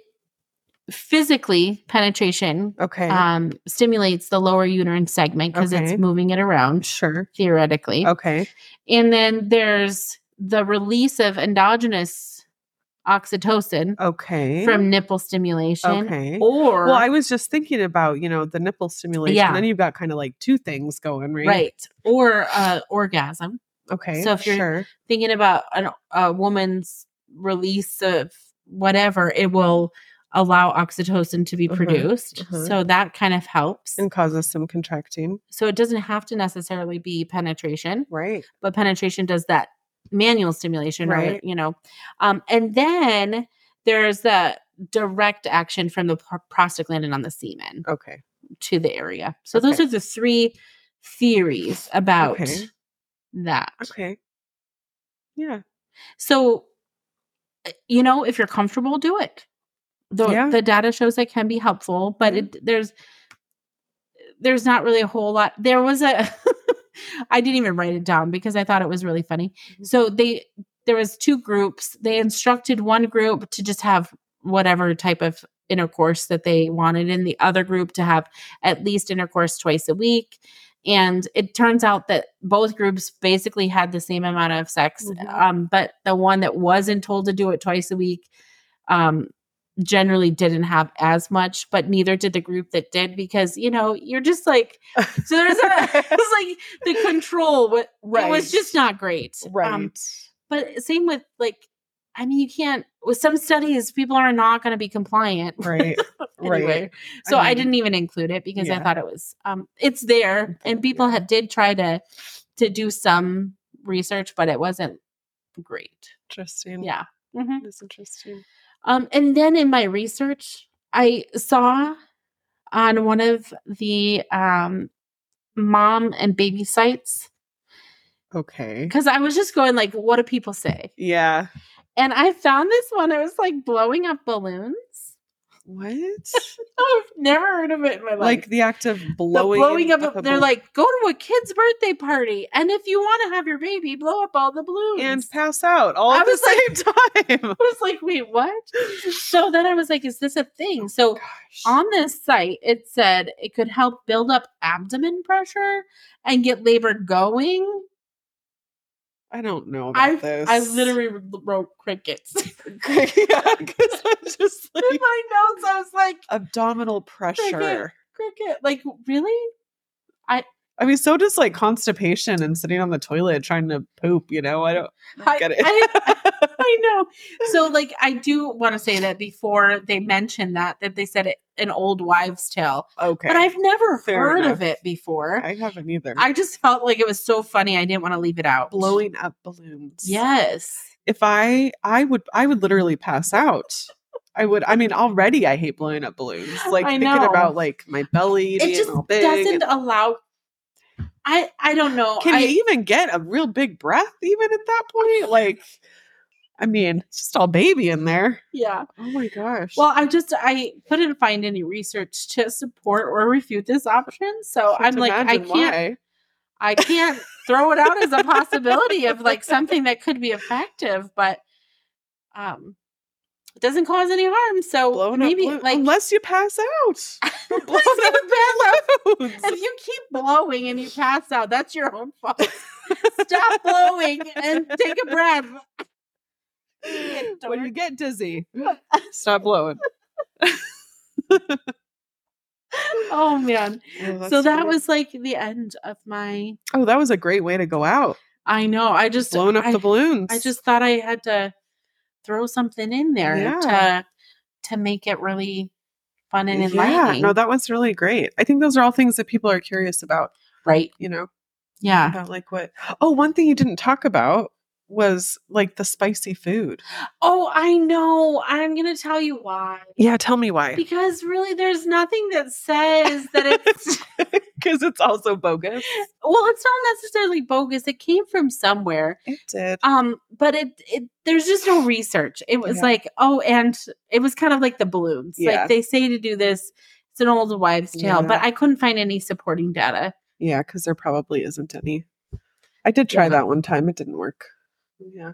S1: physically penetration
S3: Okay.
S1: um, stimulates the lower uterine segment because
S3: Okay. Oh.
S1: it's moving it around
S3: sure.
S1: theoretically.
S3: Okay.
S1: And then there's the release of endogenous oxytocin
S3: Okay.
S1: from nipple stimulation.
S3: okay.
S1: Or
S3: Well, I was just thinking about you know the nipple stimulation.
S1: Yeah.
S3: Then you've got kind of like two things going, right?
S1: right, or uh, orgasm.
S3: Okay.
S1: So if you're-
S3: sure.
S1: Thinking about an, a woman's release of whatever, it will allow oxytocin to be
S3: Uh-huh,
S1: produced.
S3: uh-huh.
S1: So that kind of helps.
S3: and causes some contracting,
S1: So it doesn't have to necessarily be penetration.
S3: right?
S1: but penetration does that manual stimulation right
S3: Right.
S1: you know um and then there's the direct action from the pro- prostaglandin on the semen
S3: Okay.
S1: to the area so those
S3: Okay.
S1: are the three theories about
S3: Okay.
S1: that
S3: Okay. Yeah.
S1: so uh, you know if you're comfortable do it the,
S3: Yeah.
S1: the data shows it can be helpful but
S3: Mhm.
S1: it there's there's not really a whole lot there was a i didn't even write it down because i thought it was really funny
S3: Mhm.
S1: Mm-hmm. so they there was two groups they instructed one group to just have whatever type of intercourse that they wanted and the other group to have at least intercourse twice a week and it turns out that both groups basically had the same amount of sex
S3: Mhm.
S1: um, but the one that wasn't told to do it twice a week um, generally didn't have as much but neither did the group that did because you know you're just like so there's a it's like the control what it was
S3: Right.
S1: just not great Um,
S3: Right.
S1: but same with like i mean you can't with some studies people are not going to be compliant
S3: right.
S1: anyway
S3: Right.
S1: so I,
S3: mean,
S1: didn't even include it because i
S3: yeah.
S1: thought it was um it's there and people had did try to to do some research but it wasn't great
S3: Interesting.
S1: yeah Mhm.
S3: That's interesting.
S1: um and then in my research i saw on one of the um mom and baby sites
S3: Okay.
S1: because i was just going like what do people say
S3: Yeah.
S1: and i found this one it was like blowing up balloons
S3: What?
S1: i've never heard of it in my life
S3: like the act of
S1: the
S3: blowing,
S1: blowing up,
S3: a
S1: they're
S3: balloon
S1: like go to a kid's birthday party and if you want to have your baby blow up all the balloons
S3: and pass out all
S1: I
S3: at
S1: was
S3: the same time.
S1: i was like wait what so then i was like is this a thing so on this site it said it could help build up abdomen pressure and get labor going
S3: I don't know about
S1: I
S3: this.
S1: I literally wrote crickets.
S3: yeah, because I'm just
S1: In
S3: like
S1: my notes, I was like,
S3: abdominal pressure.
S1: cricket. Like, really?
S3: I mean, so does like constipation and sitting on the toilet trying to poop. You know, I don't
S1: I,
S3: get it.
S1: I, I know. So, like, I do want to say that before they mentioned that, that they said it, an old wives' tale,
S3: okay,
S1: but I've never
S3: Fair
S1: heard
S3: enough.
S1: of it before.
S3: I haven't either.
S1: I just felt like it was so funny. I didn't want to leave it out.
S3: blowing up balloons.
S1: Yes.
S3: If I, I would, I would literally pass out. I would. I mean, already I hate blowing up balloons. Like
S1: I
S3: thinking
S1: know.
S3: about like my belly being
S1: It just
S3: all big.
S1: doesn't allow. I I don't know.
S3: Can
S1: I,
S3: you even get a real big breath even at that point? Like, I mean, it's just all baby in there.
S1: yeah.
S3: Oh my gosh.
S1: Well, I just I couldn't find any research to support or refute this option, so I'm
S3: Can't
S1: like I
S3: imagine
S1: can't
S3: why.
S1: I can't throw it out as a possibility of like something that could be effective, but um, it doesn't cause any harm. So
S3: Blowing up
S1: maybe
S3: balloon-
S1: like
S3: unless you pass out. from blowing
S1: Unless you
S3: up balloons.
S1: if you keep blowing and you pass out, that's your own fault. Stop blowing and take a breath. You
S3: when you
S1: dork.
S3: get dizzy, stop blowing.
S1: Oh man! so that
S3: was.
S1: was like the end of my.
S3: Oh, that was a great way to go out.
S1: I know. I just
S3: Blowing up
S1: I,
S3: the balloons.
S1: I just thought I had to throw something in there
S3: Yeah.
S1: to to make it really fun and
S3: yeah,
S1: enlightening.
S3: no, that was really great. I think those are all things that people are curious about.
S1: right?
S3: You know,
S1: Yeah.
S3: about like what? Oh, one thing you didn't talk about was like the spicy food.
S1: Oh, I know. I'm going to tell you why.
S3: Yeah, tell me why.
S1: Because really, there's nothing that says that it's.
S3: Because it's also bogus.
S1: well, it's not necessarily bogus. It came from somewhere.
S3: It did.
S1: Um, but it, it there's just no research. It was
S3: Yeah.
S1: like, oh, and it was kind of like the balloons.
S3: Yeah.
S1: Like they say to do this. It's an old wives' tale,
S3: Yeah.
S1: but I couldn't find any supporting data.
S3: Yeah, because there probably isn't any. I did try
S1: Yeah.
S3: that one time. It didn't work. Yeah.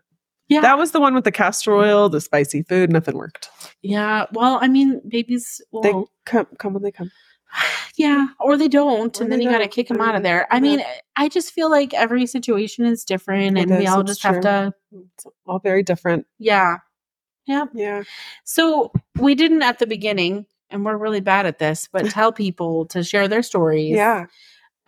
S1: Yeah.
S3: That was the one with the castor oil, the spicy food. Nothing worked.
S1: yeah. Well, I mean, babies will.
S3: They come, come when they come.
S1: Yeah, or they don't,
S3: Or
S1: and
S3: they
S1: then you got to
S3: don't.
S1: kick them
S3: I
S1: out of
S3: mean,
S1: there. I
S3: yeah.
S1: mean, I just feel like every situation is different,
S3: It
S1: and we
S3: is,
S1: all
S3: it's
S1: just have
S3: true.
S1: to,
S3: It's all very different.
S1: yeah, yeah.
S3: Yeah.
S1: So we didn't at the beginning, and we're really bad at this, but tell people to share their stories.
S3: Yeah.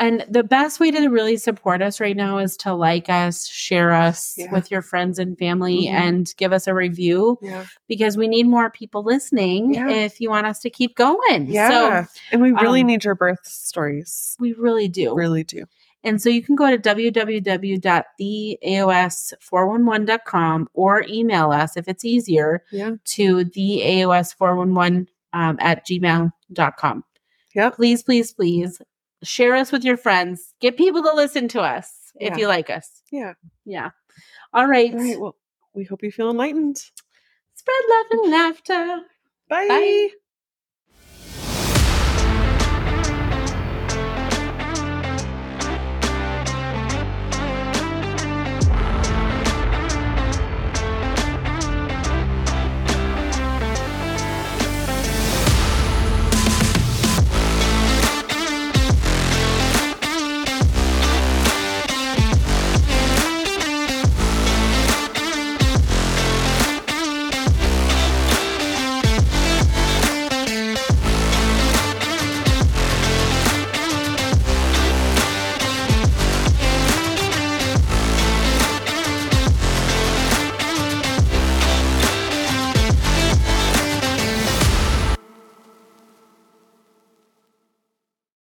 S1: and the best way to really support us right now is to like us, share us
S3: Yeah.
S1: with your friends and family,
S3: Mhm.
S1: and give us a review
S3: Yeah.
S1: because we need more people listening.
S3: Yeah.
S1: If you want us to keep going,
S3: Yeah.
S1: so
S3: and we really
S1: um,
S3: need your birth stories.
S1: we really do.
S3: Really do.
S1: And so you can go to www.theaos411.com or email us if it's easier
S3: Yeah.
S1: to theaos411 um, at gmail.com.
S3: Yep.
S1: Please, please, please share us with your friends. Get people to listen to us
S3: Yeah.
S1: if you like us.
S3: Yeah.
S1: Yeah. All right.
S3: All right. Well, we hope you feel enlightened.
S1: Spread love and laughter.
S3: Bye.